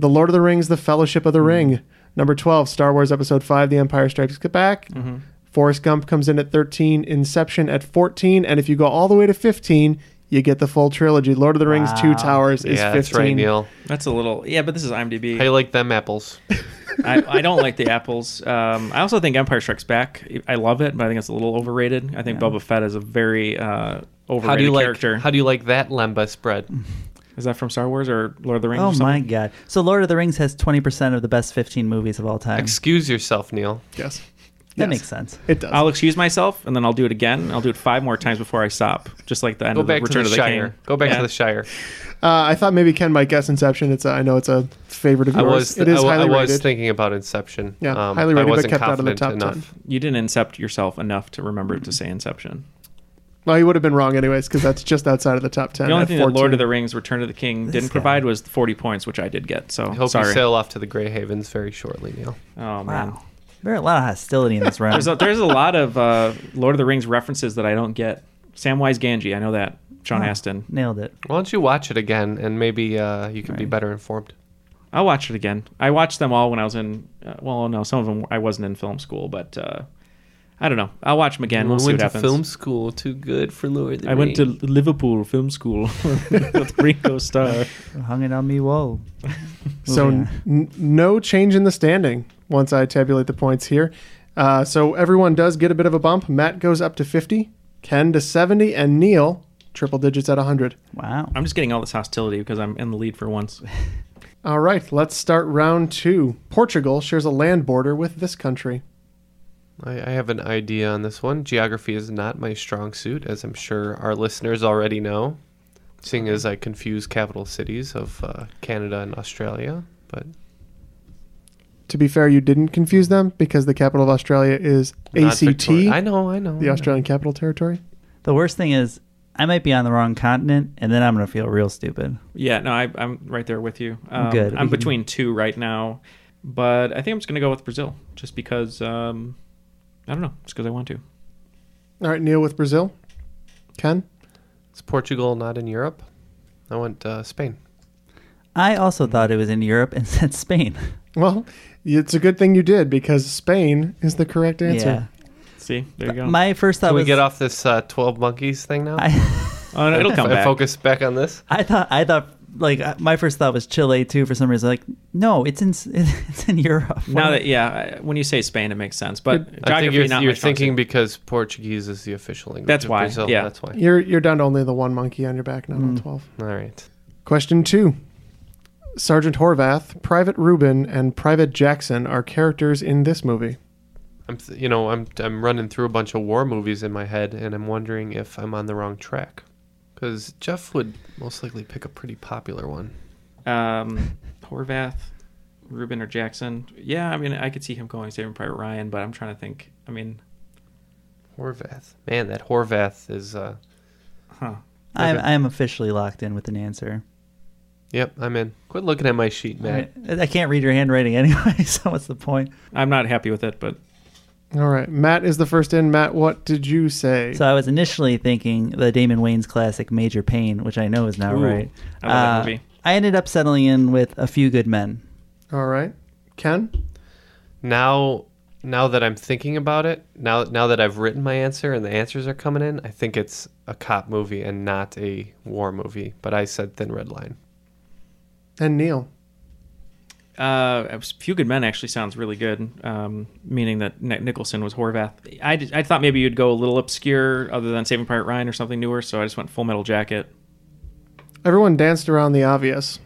Speaker 5: The Lord of the Rings: The Fellowship
Speaker 7: Mm-hmm.
Speaker 5: of the Ring. Number 12, Star Wars Episode 5: The Empire Strikes Back.
Speaker 7: Mm-hmm.
Speaker 8: Mhm.
Speaker 5: Forrest Gump comes in at 13, Inception at 14, and if you go all the way to 15, you get the full trilogy. Lord of the Rings: Two Towers is 15.
Speaker 8: That's a little. Yeah, but this is IMDb.
Speaker 6: How you like them apples?
Speaker 8: I, I don't like the apples. Um, I also think Empire Strikes Back. I love it, but I think it's a little overrated. I think Boba Fett is a very uh, overrated
Speaker 6: How do you like?
Speaker 8: character.
Speaker 6: How do you like that Lemba spread?
Speaker 7: Mm-hmm.
Speaker 8: Is that from Star Wars or Lord of the Rings?
Speaker 7: Oh
Speaker 8: or something?
Speaker 7: my god! So Lord of the Rings has twenty percent of the best fifteen movies of all time.
Speaker 6: Excuse yourself, Neil.
Speaker 5: Yes.
Speaker 7: That makes sense.
Speaker 5: It does.
Speaker 8: I'll excuse myself and then I'll do it again. I'll do it five more times before I stop. Just like the end
Speaker 6: Go
Speaker 8: of the
Speaker 6: back to
Speaker 8: Return
Speaker 6: the
Speaker 8: of the
Speaker 6: Shire.
Speaker 8: King.
Speaker 6: Go back to the Shire.
Speaker 5: Uh, I thought maybe Ken might guess Inception. It's a, I know it's a favorite of
Speaker 6: I
Speaker 5: yours.
Speaker 6: was.
Speaker 5: it is
Speaker 6: I, wa-
Speaker 5: highly
Speaker 6: I was
Speaker 5: rated.
Speaker 6: thinking about Inception.
Speaker 5: Yeah,
Speaker 6: Um,
Speaker 5: highly
Speaker 6: but I
Speaker 5: rated, but
Speaker 6: wasn't
Speaker 5: kept out of the
Speaker 6: confident
Speaker 5: top
Speaker 6: enough.
Speaker 8: You didn't incept yourself enough to remember to say Inception.
Speaker 5: well, you would have been wrong anyways because that's just outside of the top ten.
Speaker 8: the only
Speaker 5: at
Speaker 8: thing that Lord
Speaker 5: 14.
Speaker 8: of the Rings, Return of the King
Speaker 5: This
Speaker 8: didn't
Speaker 5: guy.
Speaker 8: provide was the 40 points, which I did get. So
Speaker 6: I hope
Speaker 8: sorry.
Speaker 6: you sail off to the Grey Havens very shortly, Neil.
Speaker 8: Oh man.
Speaker 7: There are a lot of hostility in this round.
Speaker 8: There's a, there's a lot of uh, Lord of the Rings references that I don't get. Samwise Ganji, I know that. Sean
Speaker 7: Oh,
Speaker 8: Astin
Speaker 7: nailed it.
Speaker 6: Why don't you watch it again and maybe uh, you can be better informed.
Speaker 8: I'll watch it again. I watched them all when I was in. Uh, well, no, some of them I wasn't in film school, but uh, I don't know. I'll watch them again.
Speaker 6: We
Speaker 8: We'll see
Speaker 6: went
Speaker 8: what
Speaker 6: to
Speaker 8: happens.
Speaker 6: film school. Too good for Lord of the
Speaker 8: I went to
Speaker 6: Rings.
Speaker 8: Liverpool Film School with Ringo Starr.
Speaker 7: Hanging on me wall.
Speaker 5: So
Speaker 7: Moving on.
Speaker 5: n- no change in the standing once I tabulate the points here. Uh, so everyone does get a bit of a bump. Matt goes up to 50, Ken to 70, and Neil triple digits at 100.
Speaker 7: Wow.
Speaker 8: I'm just getting all this hostility because I'm in the lead for once.
Speaker 5: All right, let's start round two. Portugal shares a land border with this country.
Speaker 6: I, I have an idea on this one. Geography is not my strong suit, as I'm sure our listeners already know, seeing as I confuse capital cities of uh, Canada and Australia. But
Speaker 5: To be fair, you didn't confuse them because the capital of Australia is
Speaker 6: Not
Speaker 5: ACT.
Speaker 6: Victoria. I know, I know, I
Speaker 5: The
Speaker 6: know.
Speaker 5: Australian Capital Territory.
Speaker 7: The worst thing is, I might be on the wrong continent, and then I'm going to feel real stupid.
Speaker 8: Yeah, no, I, I'm right there with you.
Speaker 7: I'm
Speaker 8: Um,
Speaker 7: good.
Speaker 8: I'm
Speaker 7: We can-
Speaker 8: between two right now, but I think I'm just going to go with Brazil just because, um, I don't know, just because I want to.
Speaker 5: All right, Neil with Brazil. Ken?
Speaker 6: is Portugal not in Europe? I went uh, Spain.
Speaker 7: I also thought it was in Europe and said Spain.
Speaker 5: Well, it's a good thing you did because Spain is the correct answer.
Speaker 8: See, there you go.
Speaker 7: My first thought
Speaker 6: Can we
Speaker 7: was-
Speaker 6: get off this uh, Twelve Monkeys thing now?
Speaker 8: Oh, no, it'll come
Speaker 6: I
Speaker 8: back.
Speaker 6: Focus back on this.
Speaker 7: I thought I thought like uh, my first thought was Chile too for some reason. Like, no, it's in it's in Europe.
Speaker 8: Now that, yeah, I- when you say Spain, it makes sense, but
Speaker 6: I think
Speaker 8: geography,
Speaker 6: you're,
Speaker 8: not
Speaker 6: you're
Speaker 8: my strong
Speaker 6: thinking because Portuguese is the official language.
Speaker 8: That's
Speaker 6: of
Speaker 8: why,
Speaker 6: Brazil.
Speaker 8: yeah.
Speaker 6: that's why.
Speaker 5: You're you're down to only the one monkey on your back, not on
Speaker 6: Mm.
Speaker 5: twelve.
Speaker 6: All right.
Speaker 5: Question two. Sergeant Horvath, Private Rubin, and Private Jackson are characters in this movie.
Speaker 6: I'm, th- you know, I'm I'm running through a bunch of war movies in my head, and I'm wondering if I'm on the wrong track, because Jeff would most likely pick a pretty popular one.
Speaker 8: Um, Horvath, Ruben, or Jackson. Yeah, I mean, I could see him going Saving Private Ryan, but I'm trying to think. I mean,
Speaker 6: Horvath. Man, that Horvath is. Uh,
Speaker 8: huh.
Speaker 7: I I am officially locked in with an answer.
Speaker 6: Yep, I'm in. Quit looking at my sheet, Matt.
Speaker 7: I, I can't read your handwriting anyway, so what's the point?
Speaker 8: I'm not happy with it, but
Speaker 5: All right. Matt is the first in. Matt, what did you say?
Speaker 7: So I was initially thinking the Damon Wayans classic Major Pain, which I know is not
Speaker 5: Ooh,
Speaker 7: right.
Speaker 5: I love that
Speaker 7: Uh,
Speaker 5: movie.
Speaker 7: I ended up settling in with A Few Good Men.
Speaker 5: All right. Ken?
Speaker 6: Now, now that I'm thinking about it, now now that I've written my answer and the answers are coming in, I think it's a cop movie and not a war movie. But I said Thin Red Line.
Speaker 5: And Neil.
Speaker 8: Uh, a few good men actually sounds really good. Um, meaning that Nic- Nicholson was Horvath. I, d- I thought maybe you'd go a little obscure, other than Saving Private Ryan or something newer. So I just went Full Metal Jacket.
Speaker 5: Everyone danced around the obvious.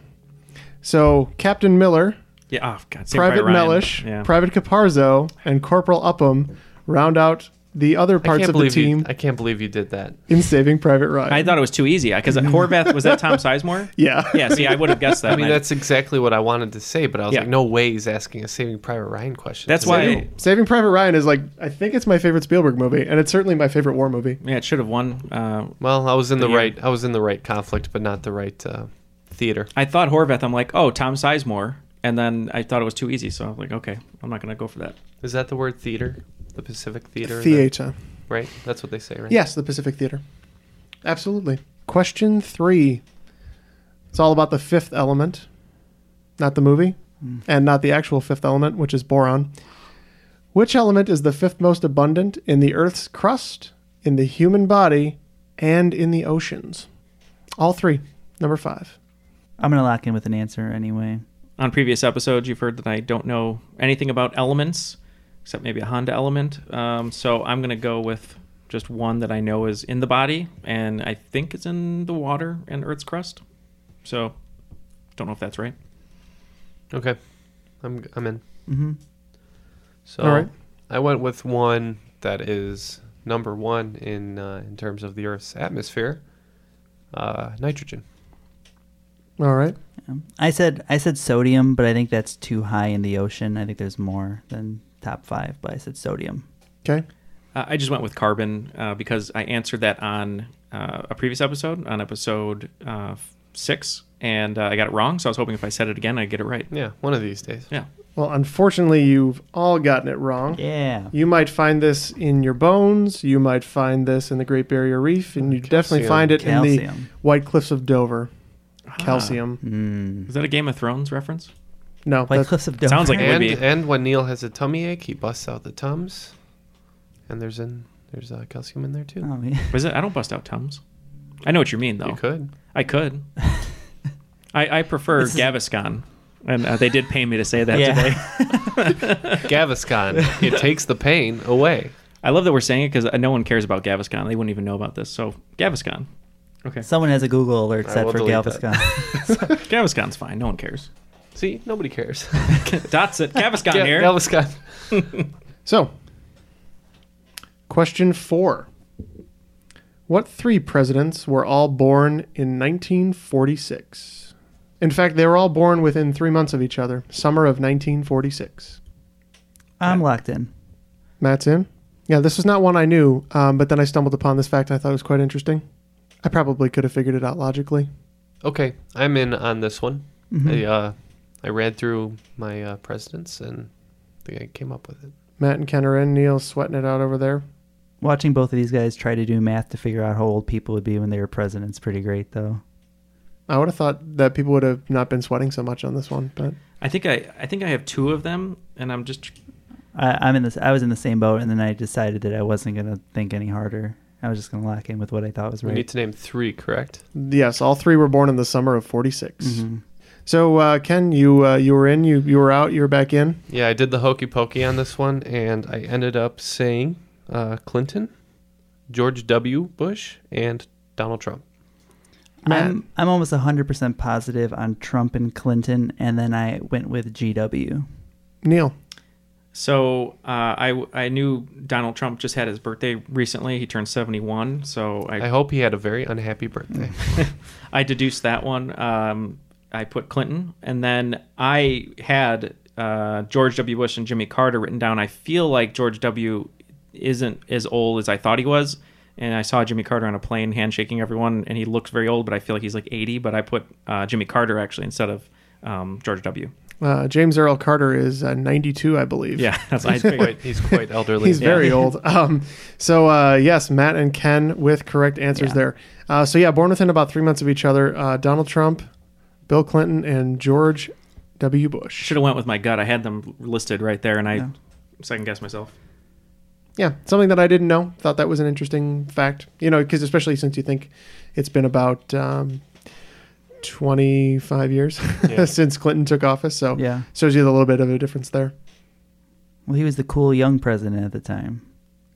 Speaker 5: So Captain Miller,
Speaker 8: Yeah. Oh God. Saving Private
Speaker 5: Private
Speaker 8: Ryan.
Speaker 5: Mellish,
Speaker 8: Yeah.
Speaker 5: Private Caparzo, and Corporal Upham round out the other
Speaker 6: I
Speaker 5: parts
Speaker 6: can't
Speaker 5: of the
Speaker 6: believe
Speaker 5: team
Speaker 6: You, I can't believe you did that.
Speaker 5: in Saving Private Ryan.
Speaker 8: I thought it was too easy because Horvath was that Tom Sizemore.
Speaker 5: Yeah.
Speaker 8: Yeah. See, I would have guessed that.
Speaker 6: I mean,
Speaker 8: and
Speaker 6: that's exactly what I wanted to say, but I was
Speaker 8: Yeah.
Speaker 6: like, no way he's asking a Saving Private Ryan question.
Speaker 8: That's why-
Speaker 5: Saving, Saving Private Ryan is like I think it's my favorite Spielberg movie, and it's certainly my favorite war movie.
Speaker 8: Yeah, it should have won. Uh,
Speaker 6: well, I was in the,
Speaker 8: the year.
Speaker 6: right. I was in the right conflict, but not the right uh, theater.
Speaker 8: I thought Horvath. I'm like, oh, Tom Sizemore, and then I thought it was too easy, so I'm like, okay, I'm not gonna go for that.
Speaker 6: Is that the word theater? The Pacific Theater. that-
Speaker 5: Theater.
Speaker 6: right. That's what they say, right?
Speaker 5: Yes, the Pacific Theater. Absolutely. Question three. It's all about the fifth element, not the movie, and not the actual fifth element, which is boron. Which element is the fifth most abundant in the Earth's crust, in the human body, and in the oceans? All three. Number five.
Speaker 7: I'm gonna lock in with an answer anyway.
Speaker 8: on previous episodes, you've heard that I don't know anything about elements, except maybe a Honda element. Um, so I'm going to go with just one that I know is in the body, and I think it's in the water and Earth's crust. So don't know if that's right.
Speaker 6: Okay. I'm I'm in.
Speaker 8: Mm-hmm.
Speaker 7: Mhm.
Speaker 6: So
Speaker 5: All right.
Speaker 6: I went with one that is number one in uh, in terms of the Earth's atmosphere, uh, nitrogen.
Speaker 5: All right.
Speaker 7: I said I said sodium, but I think that's too high in the ocean. I think there's more than top five, but I said sodium.
Speaker 5: Okay.
Speaker 8: Uh, I just went with carbon uh, because I answered that on uh, a previous episode, on episode uh, six, and uh, I got it wrong. So I was hoping if I said it again, I'd get it right.
Speaker 6: Yeah, one of these days.
Speaker 8: Yeah.
Speaker 5: Well, unfortunately, you've all gotten it wrong.
Speaker 7: Yeah.
Speaker 5: You might find this in your bones. You might find this in the Great Barrier Reef, and you definitely
Speaker 8: Calcium.
Speaker 5: find it in the
Speaker 8: Calcium. Ah.
Speaker 5: White Cliffs of Dover. Calcium.
Speaker 8: Is that a Game of Thrones reference?
Speaker 5: No,
Speaker 8: White
Speaker 5: that's-
Speaker 8: Cliffs of Dover. Sounds like it would
Speaker 6: and,
Speaker 8: be.
Speaker 6: And when Neil has a tummy ache, he busts out the tums, and there's in there's uh, calcium in there too.
Speaker 7: Oh, yeah.
Speaker 8: Was it? I don't bust out tums. I know what you mean, though. You
Speaker 6: could.
Speaker 8: I could. I, I prefer
Speaker 6: This is-
Speaker 8: Gaviscon, and uh, they did pay me to say that
Speaker 6: Yeah.
Speaker 8: today.
Speaker 6: Gaviscon, it takes the pain away.
Speaker 8: I love that we're saying it because no one cares about Gaviscon. They wouldn't even know about this. So Gaviscon. Okay.
Speaker 7: Someone has a Google alert
Speaker 8: I
Speaker 7: set
Speaker 8: will
Speaker 7: for
Speaker 8: delete
Speaker 7: Galvascon.
Speaker 8: Gaviscon's fine. No one cares.
Speaker 6: See, nobody cares.
Speaker 8: Dots it. Gaviscon
Speaker 6: Ga-
Speaker 8: here.
Speaker 6: Gaviscon.
Speaker 5: So, question four What three presidents were all born in 1946? In fact, they were all born within three months of each other, summer of 1946.
Speaker 7: I'm locked in.
Speaker 5: Matt's in? Yeah, this was not one I knew, um, but then I stumbled upon this fact and I thought it was quite interesting. I probably could have figured it out logically.
Speaker 6: Okay, I'm in on this one.
Speaker 7: Mm-hmm.
Speaker 5: Mhm.
Speaker 6: I, uh, I read through my uh, presidents and I think I came up with it.
Speaker 5: Matt and Ken are in. Neil's sweating it out over there.
Speaker 7: Watching both of these guys try to do math to figure out how old people would be when they were presidents pretty great though.
Speaker 5: I would have thought that people would have not been sweating so much on this one, but
Speaker 8: I think I, I think I have two of them, and I'm just
Speaker 7: I, I'm in this. I was in the same boat, and then I decided that I wasn't gonna think any harder. I was just gonna lock in with what I thought was
Speaker 6: We
Speaker 7: right.
Speaker 6: need to name three, correct?
Speaker 5: yes, all three were born in the summer of '46.
Speaker 6: Mhm.
Speaker 5: So, uh, Ken, you uh, you were in, you you were out, you were back in.
Speaker 6: Yeah, I did the hokey pokey on this one, and I ended up saying uh, Clinton, George W. Bush, and Donald Trump.
Speaker 7: I'm I'm almost 100 percent positive on Trump and Clinton, and then I went with GW.
Speaker 5: Neil.
Speaker 8: So uh, I I knew Donald Trump just had his birthday recently. He turned seventy one. So I,
Speaker 6: I hope he had a very unhappy birthday.
Speaker 8: I deduced that one. Um, I put Clinton, and then I had uh, George W. Bush and Jimmy Carter written down. I feel like George W. isn't as old as I thought he was, and I saw Jimmy Carter on a plane handshaking everyone, and he looked very old, but I feel like he's like eighty. But I put uh, Jimmy Carter actually instead of um, George W.
Speaker 5: Uh, James Earl Carter is uh, 92, I believe.
Speaker 8: Yeah, that's what I figured.
Speaker 6: he's quite elderly.
Speaker 5: he's very
Speaker 6: Yeah.
Speaker 5: old. Um, so uh, yes, Matt and Ken with correct answers there. Uh, so yeah, born within about three months of each other. Uh, Donald Trump, Bill Clinton, and George W. Bush.
Speaker 8: Should have went with my gut. I had them listed right there, and I second guessed myself.
Speaker 5: yeah, something that I didn't know. Thought that was an interesting fact. You know, because especially since you think it's been about um, 25 years
Speaker 7: Yeah.
Speaker 5: since Clinton took office. So
Speaker 7: Yeah.
Speaker 5: shows you the little bit of a difference there.
Speaker 7: Well, he was the cool young president at the time,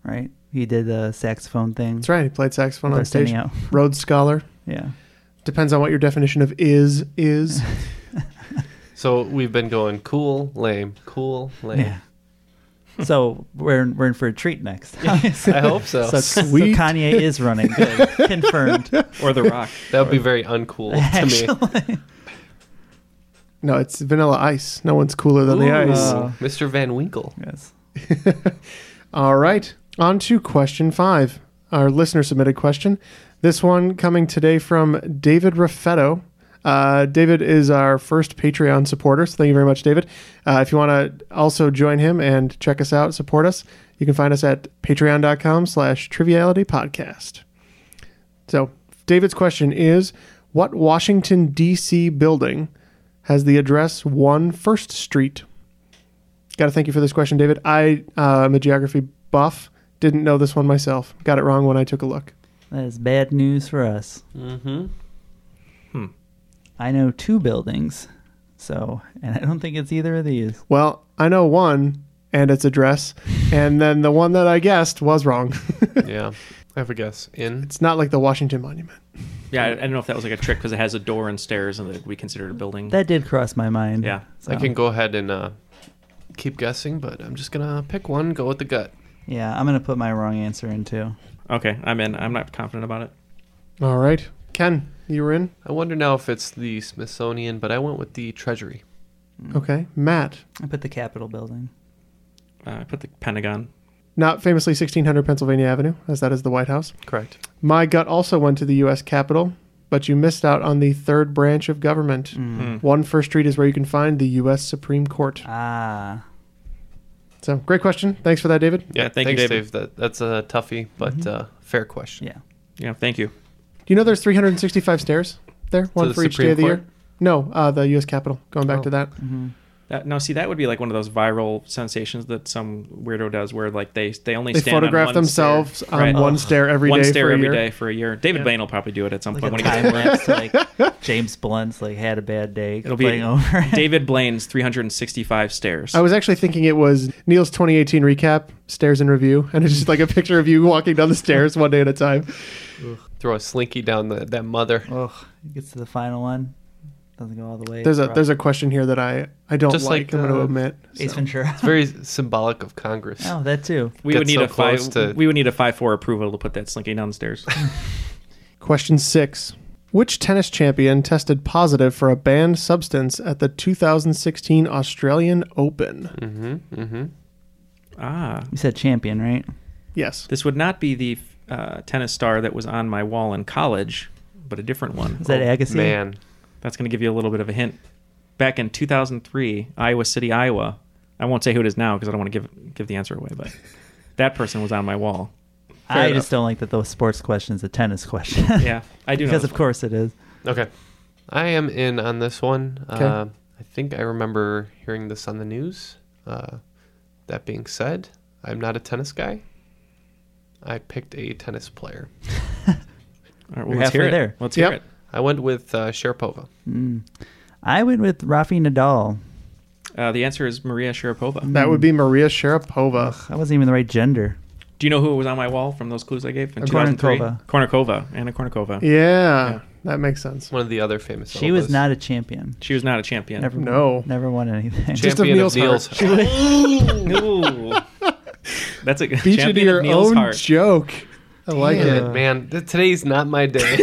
Speaker 7: right? He did the saxophone thing. That's
Speaker 5: right. He played saxophone on stage.
Speaker 7: Out.
Speaker 5: Rhodes Scholar.
Speaker 7: Yeah.
Speaker 5: Depends on what your definition of is is.
Speaker 6: So we've been going cool, lame, cool, lame.
Speaker 7: Yeah. so we're in, we're in for a treat next. obviously.
Speaker 6: I hope so.
Speaker 7: So, so
Speaker 6: Sweet.
Speaker 7: Kanye is running. Good. Confirmed.
Speaker 8: Or The Rock.
Speaker 6: That would be very uncool to me.
Speaker 5: no, it's Vanilla Ice. No one's cooler than the ice.
Speaker 6: Ooh, Mr. Van Winkle.
Speaker 7: Yes.
Speaker 5: All right. On to question five, our listener submitted question. This one coming today from David Raffetto. Uh, David is our first Patreon supporter, so thank you very much, David. Uh, if you want to also join him and check us out, support us, you can find us at patreon.com slash triviality podcast. So David's question is, what Washington, D.C. building has the address 1 First Street? Got to thank you for this question, David. I uh, am a geography buff. Didn't know this one myself. Got it wrong when I took a look.
Speaker 7: That is bad news for us.
Speaker 6: Mm-hmm. Hmm.
Speaker 7: I know two buildings, so and I don't think it's either of these.
Speaker 5: Well, I know one and its address, and then the one that I guessed was wrong.
Speaker 6: yeah. I have a guess. In
Speaker 5: it's not like the Washington Monument.
Speaker 8: Yeah, I, I don't know if that was like a trick because it has a door and stairs, and that we consider it a building.
Speaker 7: That did cross my mind.
Speaker 8: Yeah.
Speaker 7: So-
Speaker 6: I can go ahead and uh, keep guessing, but I'm just gonna pick one, go with the gut.
Speaker 7: Yeah, I'm gonna put my wrong answer in too.
Speaker 8: Okay, I'm in. I'm not confident about it.
Speaker 5: All right. Ken, you were in?
Speaker 6: I wonder now if it's the Smithsonian, but I went with the Treasury.
Speaker 5: Okay. Matt,
Speaker 7: I put the Capitol building.
Speaker 8: Uh, I put the Pentagon.
Speaker 5: not famously 1600 Pennsylvania Avenue, as that is the White House.
Speaker 6: Correct.
Speaker 5: My gut also went to the U.S. Capitol, but you missed out on the third branch of government. One First Street is where you can find the U.S. Supreme Court.
Speaker 7: Ah.
Speaker 5: So, great question. Thanks for that, David.
Speaker 6: Yeah,
Speaker 8: thank you,
Speaker 6: thanks, Dave.
Speaker 8: David.
Speaker 6: That, that's a toughie, but uh, fair question.
Speaker 7: Yeah.
Speaker 8: Yeah, thank you.
Speaker 5: Do you know there's 365 stairs there, one
Speaker 8: the
Speaker 5: for each
Speaker 8: Supreme
Speaker 5: day of the
Speaker 8: Court?
Speaker 5: year? No, uh, the U.S. Capitol. Going back
Speaker 8: Oh.
Speaker 5: to that.
Speaker 8: That, no, see, that would be like one of those viral sensations that some weirdo does, where like they they only
Speaker 5: They
Speaker 8: stand on
Speaker 5: photograph
Speaker 8: one
Speaker 5: themselves
Speaker 8: stair.
Speaker 5: on one stair every
Speaker 8: one
Speaker 5: day
Speaker 8: stair
Speaker 5: for a
Speaker 8: every
Speaker 5: year.
Speaker 8: day for a year. David
Speaker 7: Yeah.
Speaker 8: Blaine will probably do it at some
Speaker 7: Like
Speaker 8: point when
Speaker 7: a
Speaker 8: he
Speaker 7: time
Speaker 8: gets
Speaker 7: lapse, to, like James Blunt's like had a bad day.
Speaker 8: It'll be
Speaker 7: playing over.
Speaker 8: David Blaine's 365 stairs.
Speaker 5: I was actually thinking it was Neil's 2018 recap, stairs in review, and it's just like a picture of you walking down the stairs one day at a time.
Speaker 6: Throw a slinky down the, that mother.
Speaker 7: Ugh, it gets to the final one. Doesn't go all the way.
Speaker 5: There's a there's a question here that I I don't like. I'm going to
Speaker 6: uh,
Speaker 5: admit.
Speaker 7: Ace Ventura.
Speaker 6: It's very symbolic of Congress.
Speaker 7: Oh, that too.
Speaker 8: We
Speaker 6: Get
Speaker 8: would need
Speaker 6: so
Speaker 8: a five.
Speaker 6: close to-
Speaker 8: We would need a five four approval to put that slinky downstairs.
Speaker 5: Question six: Which tennis champion tested positive for a banned substance at the 2016 Australian Open?
Speaker 8: mm-hmm. Mm-hmm. Ah,
Speaker 7: You said champion, right?
Speaker 5: Yes.
Speaker 8: This would not be the uh, tennis star that was on my wall in college, but a different one. Oh,
Speaker 7: Is that Agassi? man.
Speaker 8: that's going to give you a little bit of a hint. Back in 2003, Iowa City, Iowa. I won't say who it is now because I don't want to give give the answer away. But that person was on my wall.
Speaker 7: I just don't like that the sports question is a tennis question.
Speaker 8: Yeah, I do know
Speaker 7: because
Speaker 8: this
Speaker 7: of course it is.
Speaker 6: Okay. I am in on this one.
Speaker 7: Okay.
Speaker 6: Uh, I think I remember hearing this on the news. Uh, that being said, I'm not a tennis guy. I picked a tennis player.
Speaker 8: All right, well, You're let's hear halfway it. there. Let's hear it.
Speaker 6: I went with uh, Sharapova.
Speaker 7: Mm. I went with Rafi Nadal.
Speaker 8: Uh, the answer is Maria Sharapova.
Speaker 5: That would be Maria Sharapova.
Speaker 7: That wasn't even the right gender.
Speaker 8: Do you know who was on my wall from those clues I gave in
Speaker 7: A
Speaker 8: 2003?
Speaker 7: Kornikova.
Speaker 8: Kornikova. Anna Kornikova.
Speaker 5: Yeah, that makes sense.
Speaker 6: One of the other famous.
Speaker 7: She was not a champion.
Speaker 8: She was not a champion.
Speaker 7: Never. Never won anything.
Speaker 8: Just of Champion of Neil's heart. Neil's no. That's a
Speaker 5: Beat you to
Speaker 8: champion of
Speaker 5: your
Speaker 8: Neil's
Speaker 5: own
Speaker 8: heart.
Speaker 5: joke. I like
Speaker 6: Damn
Speaker 5: it.
Speaker 6: man. Th- Today's not my day.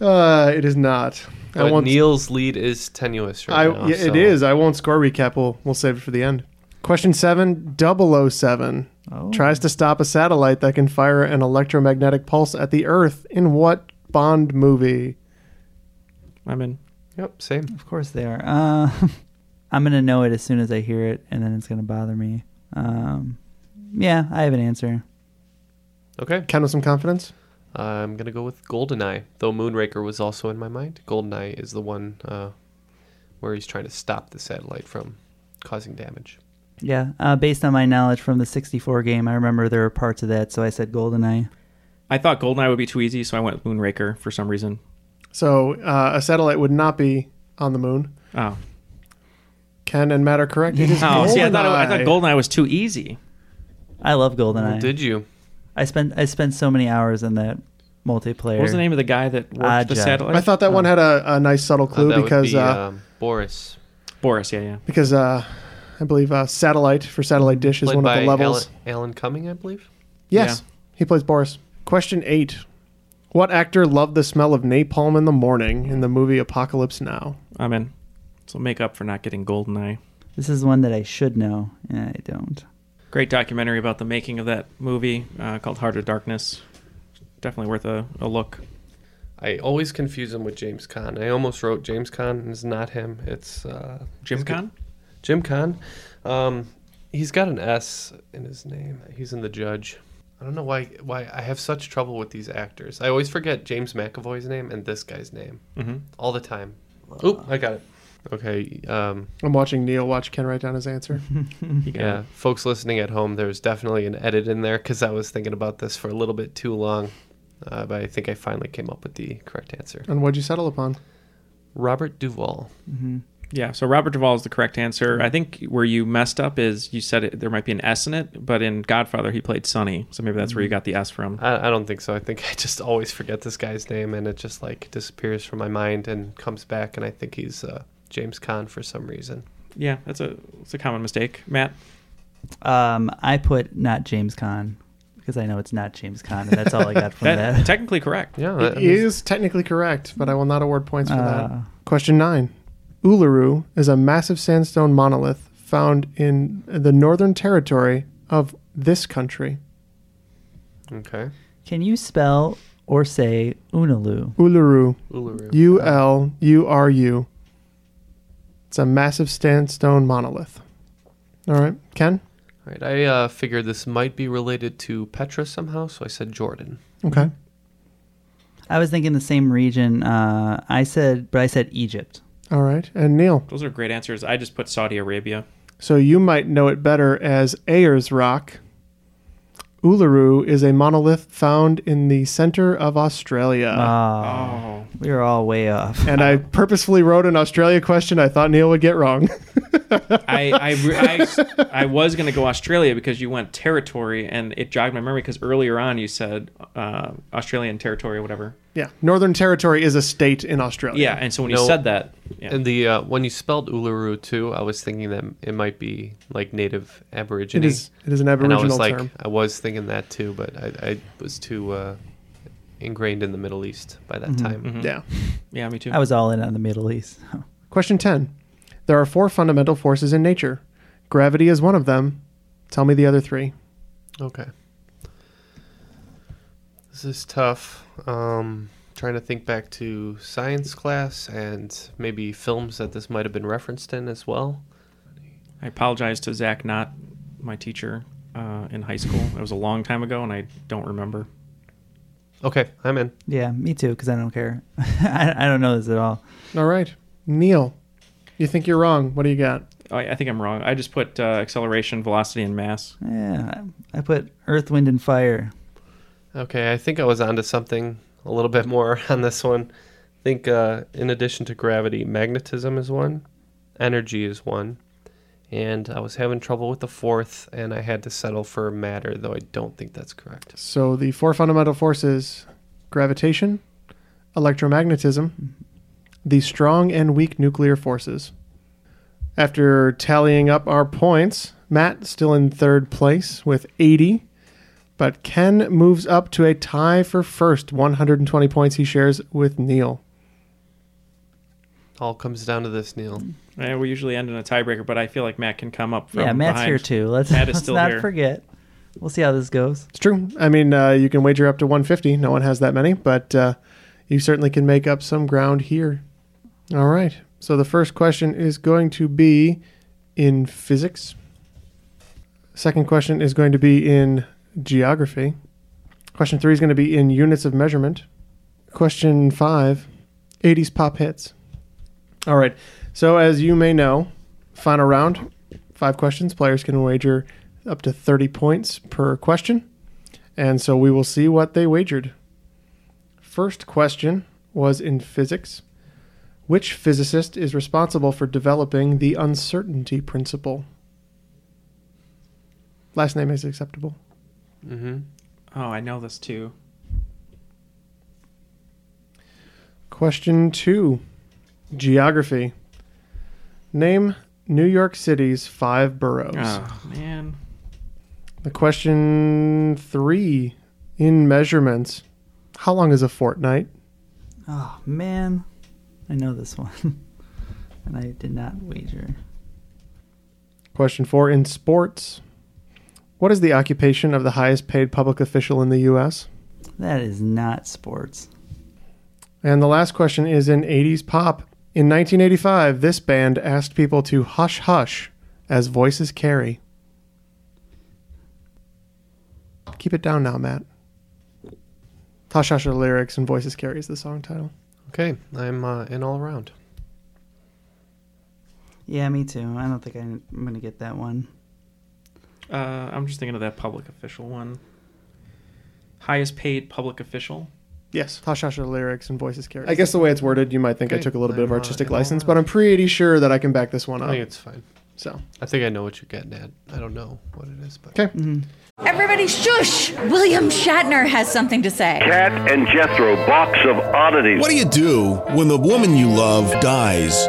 Speaker 5: Uh, it is not. I
Speaker 6: but
Speaker 5: won't.
Speaker 6: Neil's lead is tenuous right
Speaker 5: I,
Speaker 6: now.
Speaker 5: yeah,
Speaker 6: so-
Speaker 5: It is. I won't score recap. We'll, we'll save it for the end. Question seven, 007 tries to stop a satellite that can fire an electromagnetic pulse at the Earth in what Bond movie?
Speaker 8: I'm in.
Speaker 6: Yep, same.
Speaker 7: Of course they are. Uh, I'm gonna know it as soon as I hear it, and then it's gonna bother me. Um, yeah, I have an answer.
Speaker 6: Okay.
Speaker 5: Count with some confidence.
Speaker 6: I'm gonna go with Goldeneye, though Moonraker was also in my mind. Goldeneye is the one uh, where he's trying to stop the satellite from causing damage.
Speaker 7: Yeah, uh, based on my knowledge from the '64 game, I remember there were parts of that, so I said GoldenEye.
Speaker 8: I thought Goldeneye would be too easy, so I went with Moonraker for some reason.
Speaker 5: So uh, a satellite would not be on the moon.
Speaker 8: Oh.
Speaker 5: Ken and Matt are correct. It is
Speaker 8: Oh, see, I thought, it, I
Speaker 5: Goldeneye.
Speaker 8: thought Goldeneye was too easy.
Speaker 7: I love GoldenEye.
Speaker 8: Well,
Speaker 6: Oh, did you?
Speaker 7: I spent I spent so many hours in that multiplayer.
Speaker 8: What was the name of the guy that worked
Speaker 7: Odd
Speaker 8: the
Speaker 7: job.
Speaker 8: satellite?
Speaker 5: I thought that one had a, a nice subtle clue
Speaker 6: that would
Speaker 5: because
Speaker 6: be,
Speaker 5: uh,
Speaker 6: um, Boris.
Speaker 8: Boris, yeah, yeah.
Speaker 5: because uh, I believe uh, satellite for satellite dish is
Speaker 6: Played
Speaker 5: one of
Speaker 6: by
Speaker 5: the levels.
Speaker 6: Alan, Alan Cumming, I believe.
Speaker 5: Yes, he plays Boris. Question eight: What actor loved the smell of napalm in the morning in the movie Apocalypse Now?
Speaker 8: I'm in. So make up for not getting Goldeneye.
Speaker 7: This is one that I should know, and I don't.
Speaker 8: Great documentary about the making of that movie uh, called Heart of Darkness. Definitely worth a, a look.
Speaker 6: I always confuse him with James Caan. I almost wrote James Caan, and it's not him. It's uh,
Speaker 8: Jim
Speaker 6: he's got-
Speaker 8: Caan?
Speaker 6: Jim Caan. Um, he's got an S in his name. He's in The Judge. I don't know why why I have such trouble with these actors. I always forget James McAvoy's name and this guy's name
Speaker 8: Mhm.
Speaker 6: all the time. Oop, I got it. Okay. Um,
Speaker 5: I'm watching Neil watch Ken write down his answer.
Speaker 8: got
Speaker 6: yeah, folks listening at home, there's definitely an edit in there because I was thinking about this for a little bit too long, uh, but I think I finally came up with the correct answer.
Speaker 5: and what'd you settle upon?
Speaker 6: Robert Duvall.
Speaker 8: Yeah, so Robert Duvall is the correct answer. I think where you messed up is you said it, there might be an S in it, but in Godfather he played Sonny, so maybe that's where you got the S from.
Speaker 6: I, I don't think so. I think I just always forget this guy's name, and it just like disappears from my mind and comes back, and I think he's uh, James Caan for some reason.
Speaker 8: Yeah, that's a it's a common mistake, Matt.
Speaker 7: Um, I put not James Con because I know it's not James Con, and that's all I got from that.
Speaker 8: Technically correct.
Speaker 6: Yeah,
Speaker 5: It is technically correct, but I will not award points for
Speaker 7: Uh.
Speaker 5: that. Question nine: Uluru is a massive sandstone monolith found in the northern territory of this country.
Speaker 6: Okay.
Speaker 7: Can you spell or say Unaloo?
Speaker 5: Uluru.
Speaker 7: Uluru.
Speaker 5: U L U R U. It's a massive sandstone monolith. All right, Ken.
Speaker 6: All right, I uh, figured this might be related to Petra somehow, so I said Jordan.
Speaker 5: Okay.
Speaker 7: I was thinking the same region. Uh, I said, but I said Egypt.
Speaker 5: All right, and Neil.
Speaker 8: Those are great answers. I just put Saudi Arabia.
Speaker 5: So you might know it better as Ayers Rock. Uluru is a monolith found in the center of Australia.
Speaker 7: Oh, we were all way off.
Speaker 5: And I purposefully wrote an Australia question I thought Neil would get wrong.
Speaker 8: I I, re- I, I was going to go Australia because you went territory, and it jogged my memory because earlier on you said uh, Australian territory or whatever.
Speaker 5: yeah, Northern Territory is a state in Australia.
Speaker 6: No, and the uh, when you spelled Uluru too, I was thinking that it might be like native Aborigine.
Speaker 5: It is- it is an
Speaker 6: and I
Speaker 5: Aboriginal
Speaker 6: was like,
Speaker 5: term.
Speaker 6: I was thinking that too, but I, I was too uh, ingrained in the Middle East by that
Speaker 7: Mhm.
Speaker 5: Mm-hmm.
Speaker 6: time.
Speaker 7: Mhm.
Speaker 5: Yeah.
Speaker 8: Yeah, me too.
Speaker 7: I was all in on the Middle East.
Speaker 5: Question 10. There are four fundamental forces in nature. Gravity is one of them. Tell me the other three.
Speaker 6: Okay. This is tough. Um, trying to think back to science class and maybe films that this might have been referenced in as well.
Speaker 8: I apologize to Zach Knott, my teacher uh, in high school. It was a long time ago, and I don't remember.
Speaker 6: Okay, I'm in.
Speaker 7: Yeah, me too, because I don't care. I, I don't know this at all.
Speaker 5: All right. Neil, you think you're wrong. What do you got?
Speaker 8: Oh, I, I think I'm wrong. I just put uh, acceleration, velocity, and mass.
Speaker 7: Yeah, I put Earth, Wind, and Fire.
Speaker 6: Okay, I think I was onto something a little bit more on this one. I think uh, in addition to gravity, magnetism is one, energy is one, and I was having trouble with the fourth, and I had to settle for matter, though I don't think that's correct.
Speaker 5: So the four fundamental forces gravitation, electromagnetism, the strong and weak nuclear forces. After tallying up our points, Matt still in third place with 80, but Ken moves up to a tie for first, 120 points he shares with Neil.
Speaker 6: All comes down to this, Neil.
Speaker 8: Eh, we usually end in a tiebreaker, but I feel like Matt can come up. From
Speaker 7: yeah, Matt's
Speaker 8: behind.
Speaker 7: here too. Let's,
Speaker 8: Matt is
Speaker 7: let's
Speaker 8: still
Speaker 7: not
Speaker 8: here.
Speaker 7: forget. We'll see how this goes.
Speaker 5: It's true. I mean, uh, you can wager up to 150. No one has that many, but uh, you certainly can make up some ground here. All right. So the first question is going to be in physics. Second question is going to be in geography. Question three is going to be in units of measurement. Question five 80s pop hits. All right. So, as you may know, final round, five questions. Players can wager up to 30 points per question. And so we will see what they wagered. First question was in physics Which physicist is responsible for developing the uncertainty principle? Last name is acceptable.
Speaker 8: Mm-hmm. Oh, I know this too.
Speaker 5: Question two Geography. Name New York City's five boroughs.
Speaker 8: Oh man,
Speaker 5: The question three in measurements. How long is a fortnight?
Speaker 7: Oh man, I know this one, and I did not wager.
Speaker 5: Question four in sports. What is the occupation of the highest paid public official in the U.S.?
Speaker 7: That is not sports.
Speaker 5: And the last question is in 80s pop. In 1985, this band asked people to hush hush as voices carry. Keep it down now, Matt. Hush hush are lyrics and voices carry is the song title.
Speaker 6: Okay, I'm uh, in all around.
Speaker 7: Yeah, me too. I don't think I'm gonna get that one.
Speaker 8: uh, I'm just thinking of that public official one. Highest paid public official.
Speaker 5: Yes, hush hush are lyrics and voices carry. I guess the way it's worded, you might think I
Speaker 6: Okay,
Speaker 5: took a little bit of
Speaker 6: I'm, uh,
Speaker 5: artistic
Speaker 6: in all
Speaker 5: license, but I'm pretty sure that I can back this one up.
Speaker 6: I think it's fine.
Speaker 5: So
Speaker 6: I think I know what you're getting at. I don't know what it is, but
Speaker 5: okay.
Speaker 13: Everybody, shush! William Shatner has something to say.
Speaker 14: Cat and Jethro, box of oddities.
Speaker 15: What do you do when the woman you love dies?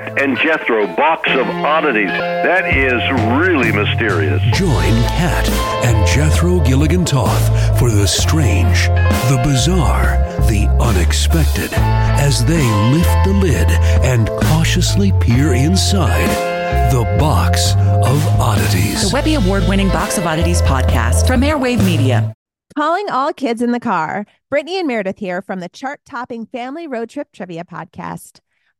Speaker 14: Matt and Jethro Box of Oddities. That is really mysterious.
Speaker 16: Join Kat and Jethro Gilligan Toth for the strange, the bizarre, the unexpected as they lift the lid and cautiously peer inside the box of
Speaker 17: The
Speaker 16: oddities.
Speaker 17: Webby Award winning Box of Oddities podcast from Airwave Media.
Speaker 18: Calling all kids in the car. Brittany and Meredith here from the chart topping Family Road Trip Trivia Podcast.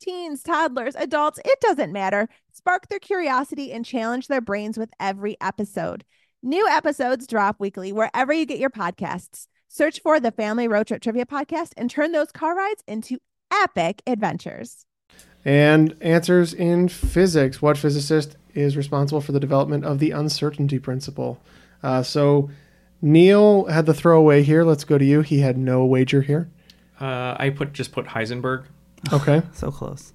Speaker 18: teens, toddlers, adults, it doesn't matter. Spark their curiosity and challenge their brains with every episode. New episodes drop weekly wherever you get your podcasts. Search for the Family Road Trip Trivia Podcast and turn those car rides into epic adventures.
Speaker 5: And answers in physics. What physicist is responsible for the development of the uncertainty principle? Uh, so, Neil had the throwaway here. Let's go to you. He had no wager here.
Speaker 8: Uh, I put just put Heisenberg.
Speaker 5: Okay.
Speaker 7: so close.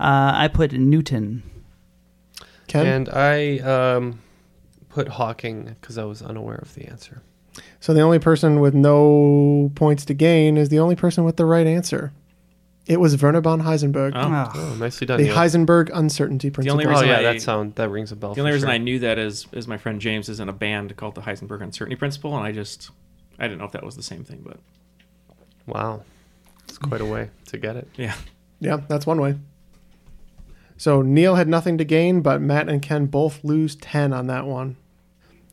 Speaker 7: Uh, I put Newton.
Speaker 5: Ken?
Speaker 6: And I um, put Hawking because I was unaware of the answer.
Speaker 5: So the only person with no points to gain is the only person with the right answer. It was Werner von Heisenberg.
Speaker 6: Oh. Oh, nicely done,
Speaker 5: The
Speaker 6: Neil.
Speaker 5: Heisenberg uncertainty
Speaker 8: Ah, The
Speaker 5: principle.
Speaker 8: only reason
Speaker 6: Oh, yeah,
Speaker 8: I,
Speaker 6: that sound- that rings a bell
Speaker 8: The only
Speaker 6: for
Speaker 8: reason
Speaker 6: sure.
Speaker 8: I knew that is is my friend James is in a band called the Heisenberg Uncertainty Principle, and I just I didn't know if that was the same thing, but
Speaker 6: wow, it's quite a way to get it.
Speaker 8: Yeah.
Speaker 5: yeah, that's one way. So Neil had nothing to gain, but Matt and Ken both lose 10 on that one.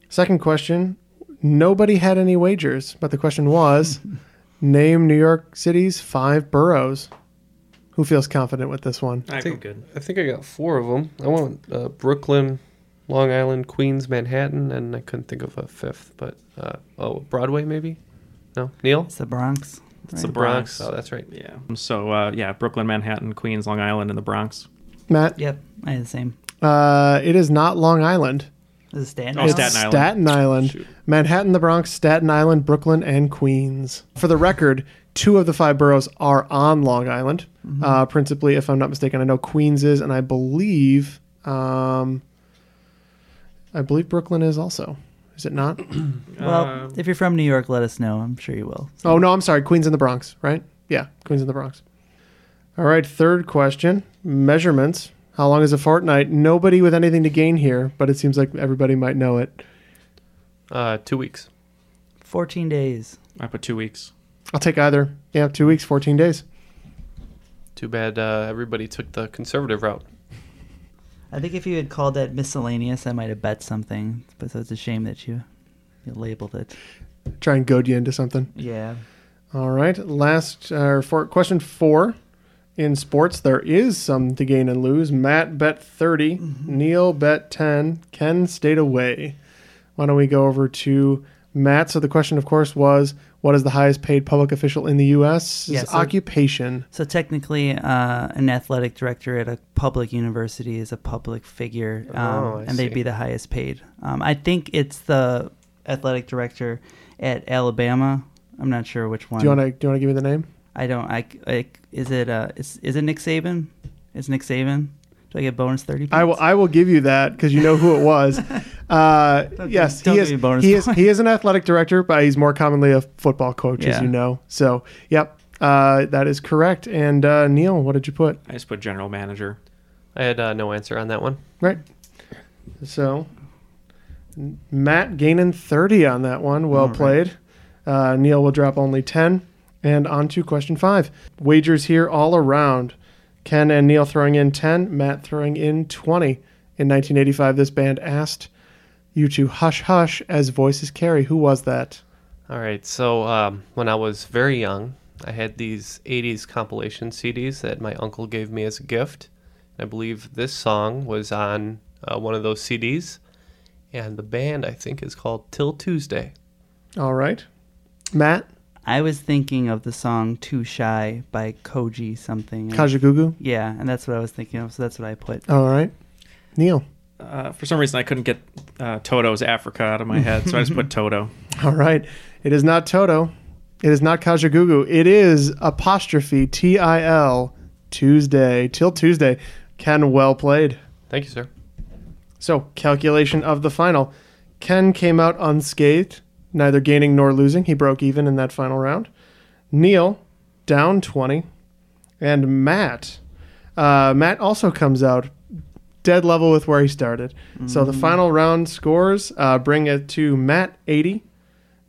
Speaker 5: Second question Nobody had any wagers, but the question was name New York City's five boroughs. Who feels confident with this one?
Speaker 6: I think, good. I think I got four of them. I went uh, Brooklyn, Long Island, Queens, Manhattan, and I couldn't think of a fifth. But uh, oh, Broadway maybe? No, Neil.
Speaker 7: It's the Bronx.
Speaker 6: It's the Bronx. Oh, that's right.
Speaker 8: Yeah. So uh, yeah, Brooklyn, Manhattan, Queens, Long Island, and the Bronx.
Speaker 5: Matt?
Speaker 7: Yep, I had the same.
Speaker 5: Uh, it is not Long Island.
Speaker 7: Is it Staten
Speaker 8: Oh,
Speaker 5: It's
Speaker 8: Staten Island.
Speaker 5: Staten Island. Manhattan, the Bronx, Staten Island, Brooklyn, and Queens. For the record, two of the five boroughs are on Long Island,
Speaker 8: Mm-hmm.
Speaker 5: uh, principally, if I'm not mistaken. I know Queens is, and I believe, um, I believe Brooklyn is also. Is it not?
Speaker 7: Well,
Speaker 6: Uh,
Speaker 7: if you're from New York, let us know. I'm sure you will.
Speaker 5: Oh no, I'm sorry. Queens in the Bronx, right? Yeah, Queens in the Bronx. All right, third question. Measurements. How long is a fortnight? Nobody with anything to gain here, but it seems like everybody might know it.
Speaker 6: Uh, two weeks.
Speaker 7: 14 days.
Speaker 8: I put two weeks.
Speaker 5: I'll take either. Yeah, 2 weeks, 14 days.
Speaker 6: Too bad uh, everybody took the conservative route.
Speaker 7: I think if you had called that miscellaneous, I might have bet something. But so it's a shame that you, you labeled it.
Speaker 5: Try and goad you into something.
Speaker 7: Yeah.
Speaker 5: All right. Last uh, for question 4. In sports, there is some to gain and lose. Matt bet 30, Neil bet 10, Ken stayed away. Why don't we go over to Matt? So the question, of course, was what is the highest paid public official in the U.S.?
Speaker 7: Yeah,
Speaker 5: His
Speaker 7: so-
Speaker 5: occupation.
Speaker 7: So technically, uh, an athletic director at a public university is a public figure, um,
Speaker 6: Oh, I
Speaker 7: and they'd
Speaker 6: see.
Speaker 7: be the highest paid. Um, I think it's the athletic director at Alabama. I'm not sure which one.
Speaker 5: Do you want to do you want to give me the name?
Speaker 7: I don't. I, I is it uh is, is it Nick Saban? Is Nick Saban? Do I get bonus thirty?
Speaker 5: I will, I will give you that because you know who it was. Uh, yes,
Speaker 7: don't
Speaker 5: he
Speaker 7: give
Speaker 5: is.
Speaker 7: me a bonus
Speaker 5: he is. He is an athletic director, but he's more commonly a football coach, as
Speaker 8: Yeah.
Speaker 5: you know. So, yep, uh, that is correct. And uh, Neil, what did you put?
Speaker 8: I just put general manager.
Speaker 6: I had uh, no answer on that one.
Speaker 5: Right. So, Matt gaining thirty on that one. Well
Speaker 6: All right.
Speaker 5: played. Uh, Neil will drop only ten. And on to question five. Wagers here all around. Ken and Neil throwing in 10, Matt throwing in 20. In 1985, this band asked you to hush hush as voices carry. Who was that?
Speaker 6: All right. So um, when I was very young, I had these 80s compilation CDs that my uncle gave me as a gift. And I believe this song was on uh, one of those CDs. And the band, I think, is called Till Tuesday.
Speaker 5: All right. Matt?
Speaker 7: I was thinking of the song Too Shy by Koji something.
Speaker 5: Kajagoogoo? Oh.
Speaker 7: Yeah, and that's what I was thinking of, so that's what I put.
Speaker 5: All right. Neil.
Speaker 8: uh, for some reason I couldn't get uh, Toto's Africa out of my head, so I just put Toto.
Speaker 5: All right. It is not Toto. It is not Kajagugu. It is apostrophe T I L Tuesday. Till Tuesday. Ken, well played.
Speaker 6: Thank you, sir.
Speaker 5: So, calculation of the final. Ken came out unscathed, neither gaining nor losing. He broke even in that final round. Neil, down 20. And Matt, uh, Matt also comes out dead level with where he started. So the final round scores uh, bring it to Matt 80,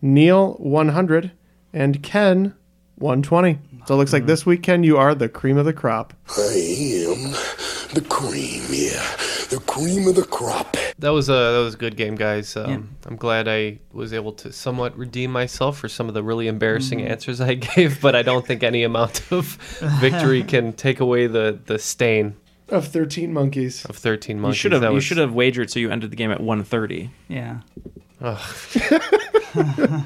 Speaker 5: Neil 100, and Ken 120. So it looks like this week, Ken, you are the cream of the crop.
Speaker 4: I am the cream, yeah. The cream of the crop.
Speaker 6: That was a that was a good game, guys. Um, I'm glad I was able to somewhat redeem myself for some of the really embarrassing
Speaker 8: Mhm.
Speaker 6: answers I gave, but I don't think any amount of victory can take away the the stain
Speaker 5: Of 13 monkeys.
Speaker 6: of 13
Speaker 8: You
Speaker 6: months.
Speaker 8: should have you should have wagered so you ended the game at 1:30.
Speaker 7: Yeah.
Speaker 6: Ugh.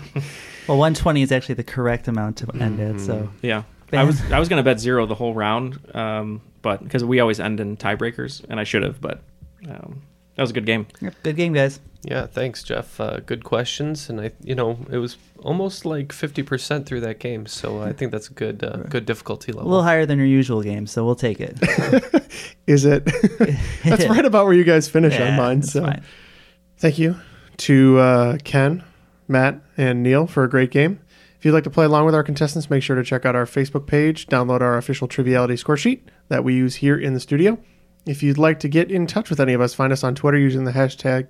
Speaker 7: Well, 120 is actually the correct amount to end it. So
Speaker 5: Mm-hmm.
Speaker 8: yeah, I
Speaker 7: Bam.
Speaker 8: was I was gonna bet zero the whole round, um, but because we always end in tiebreakers, and I should have, but um, that was a good game.
Speaker 7: Good game, guys.
Speaker 6: Yeah, thanks, Jeff. Uh, good questions, and I, you know, it was almost like fifty percent through that game, so I think that's a good, uh, good difficulty
Speaker 7: a
Speaker 6: level.
Speaker 5: Oh.
Speaker 7: little higher than your usual game, so we'll take it.
Speaker 5: Is it? that's right about where you guys finish
Speaker 7: Yeah,
Speaker 5: on mine.
Speaker 7: that's
Speaker 5: So thank you to uh, Ken, Matt, and Neil for a great game. If you'd like to play along with our contestants, make sure to check out our Facebook page, download our official Triviality score sheet that we use here in the studio. If you'd like to get in touch with any of us, find us on Twitter using the hashtag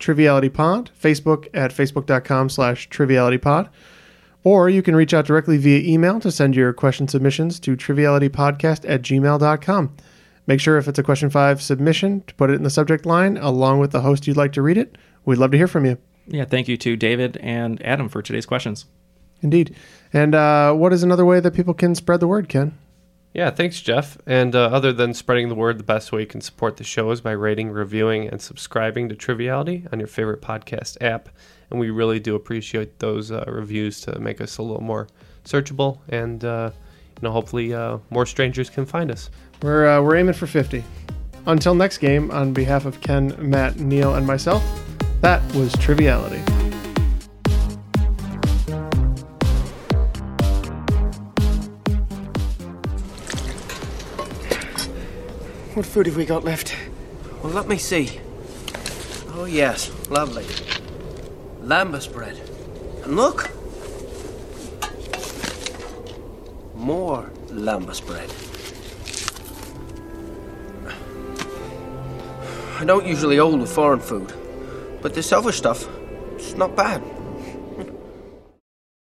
Speaker 5: TrivialityPod, Facebook at facebook.com slash TrivialityPod, or you can reach out directly via email to send your question submissions to trivialitypodcast at gmail.com. Make sure if it's a question five submission to put it in the subject line along with the host you'd like to read it. We'd love to hear from you.
Speaker 8: Yeah, thank you to David and Adam for today's questions.
Speaker 5: Indeed. And uh, what is another way that people can spread the word, Ken?
Speaker 6: Yeah, thanks, Jeff. And uh, other than spreading the word, the best way you can support the show is by rating, reviewing, and subscribing to Triviality on your favorite podcast app. And we really do appreciate those uh, reviews to make us a little more searchable, and uh, you know, hopefully, uh, more strangers can find us.
Speaker 5: We're, uh, we're aiming for 50. Until next game, on behalf of Ken, Matt, Neil, and myself, that was Triviality.
Speaker 19: What food have we got left? Well, let me see. Oh, yes, lovely. Lambus bread. And look! More lambus bread. I don't usually own the foreign food, but this other stuff, it's not bad.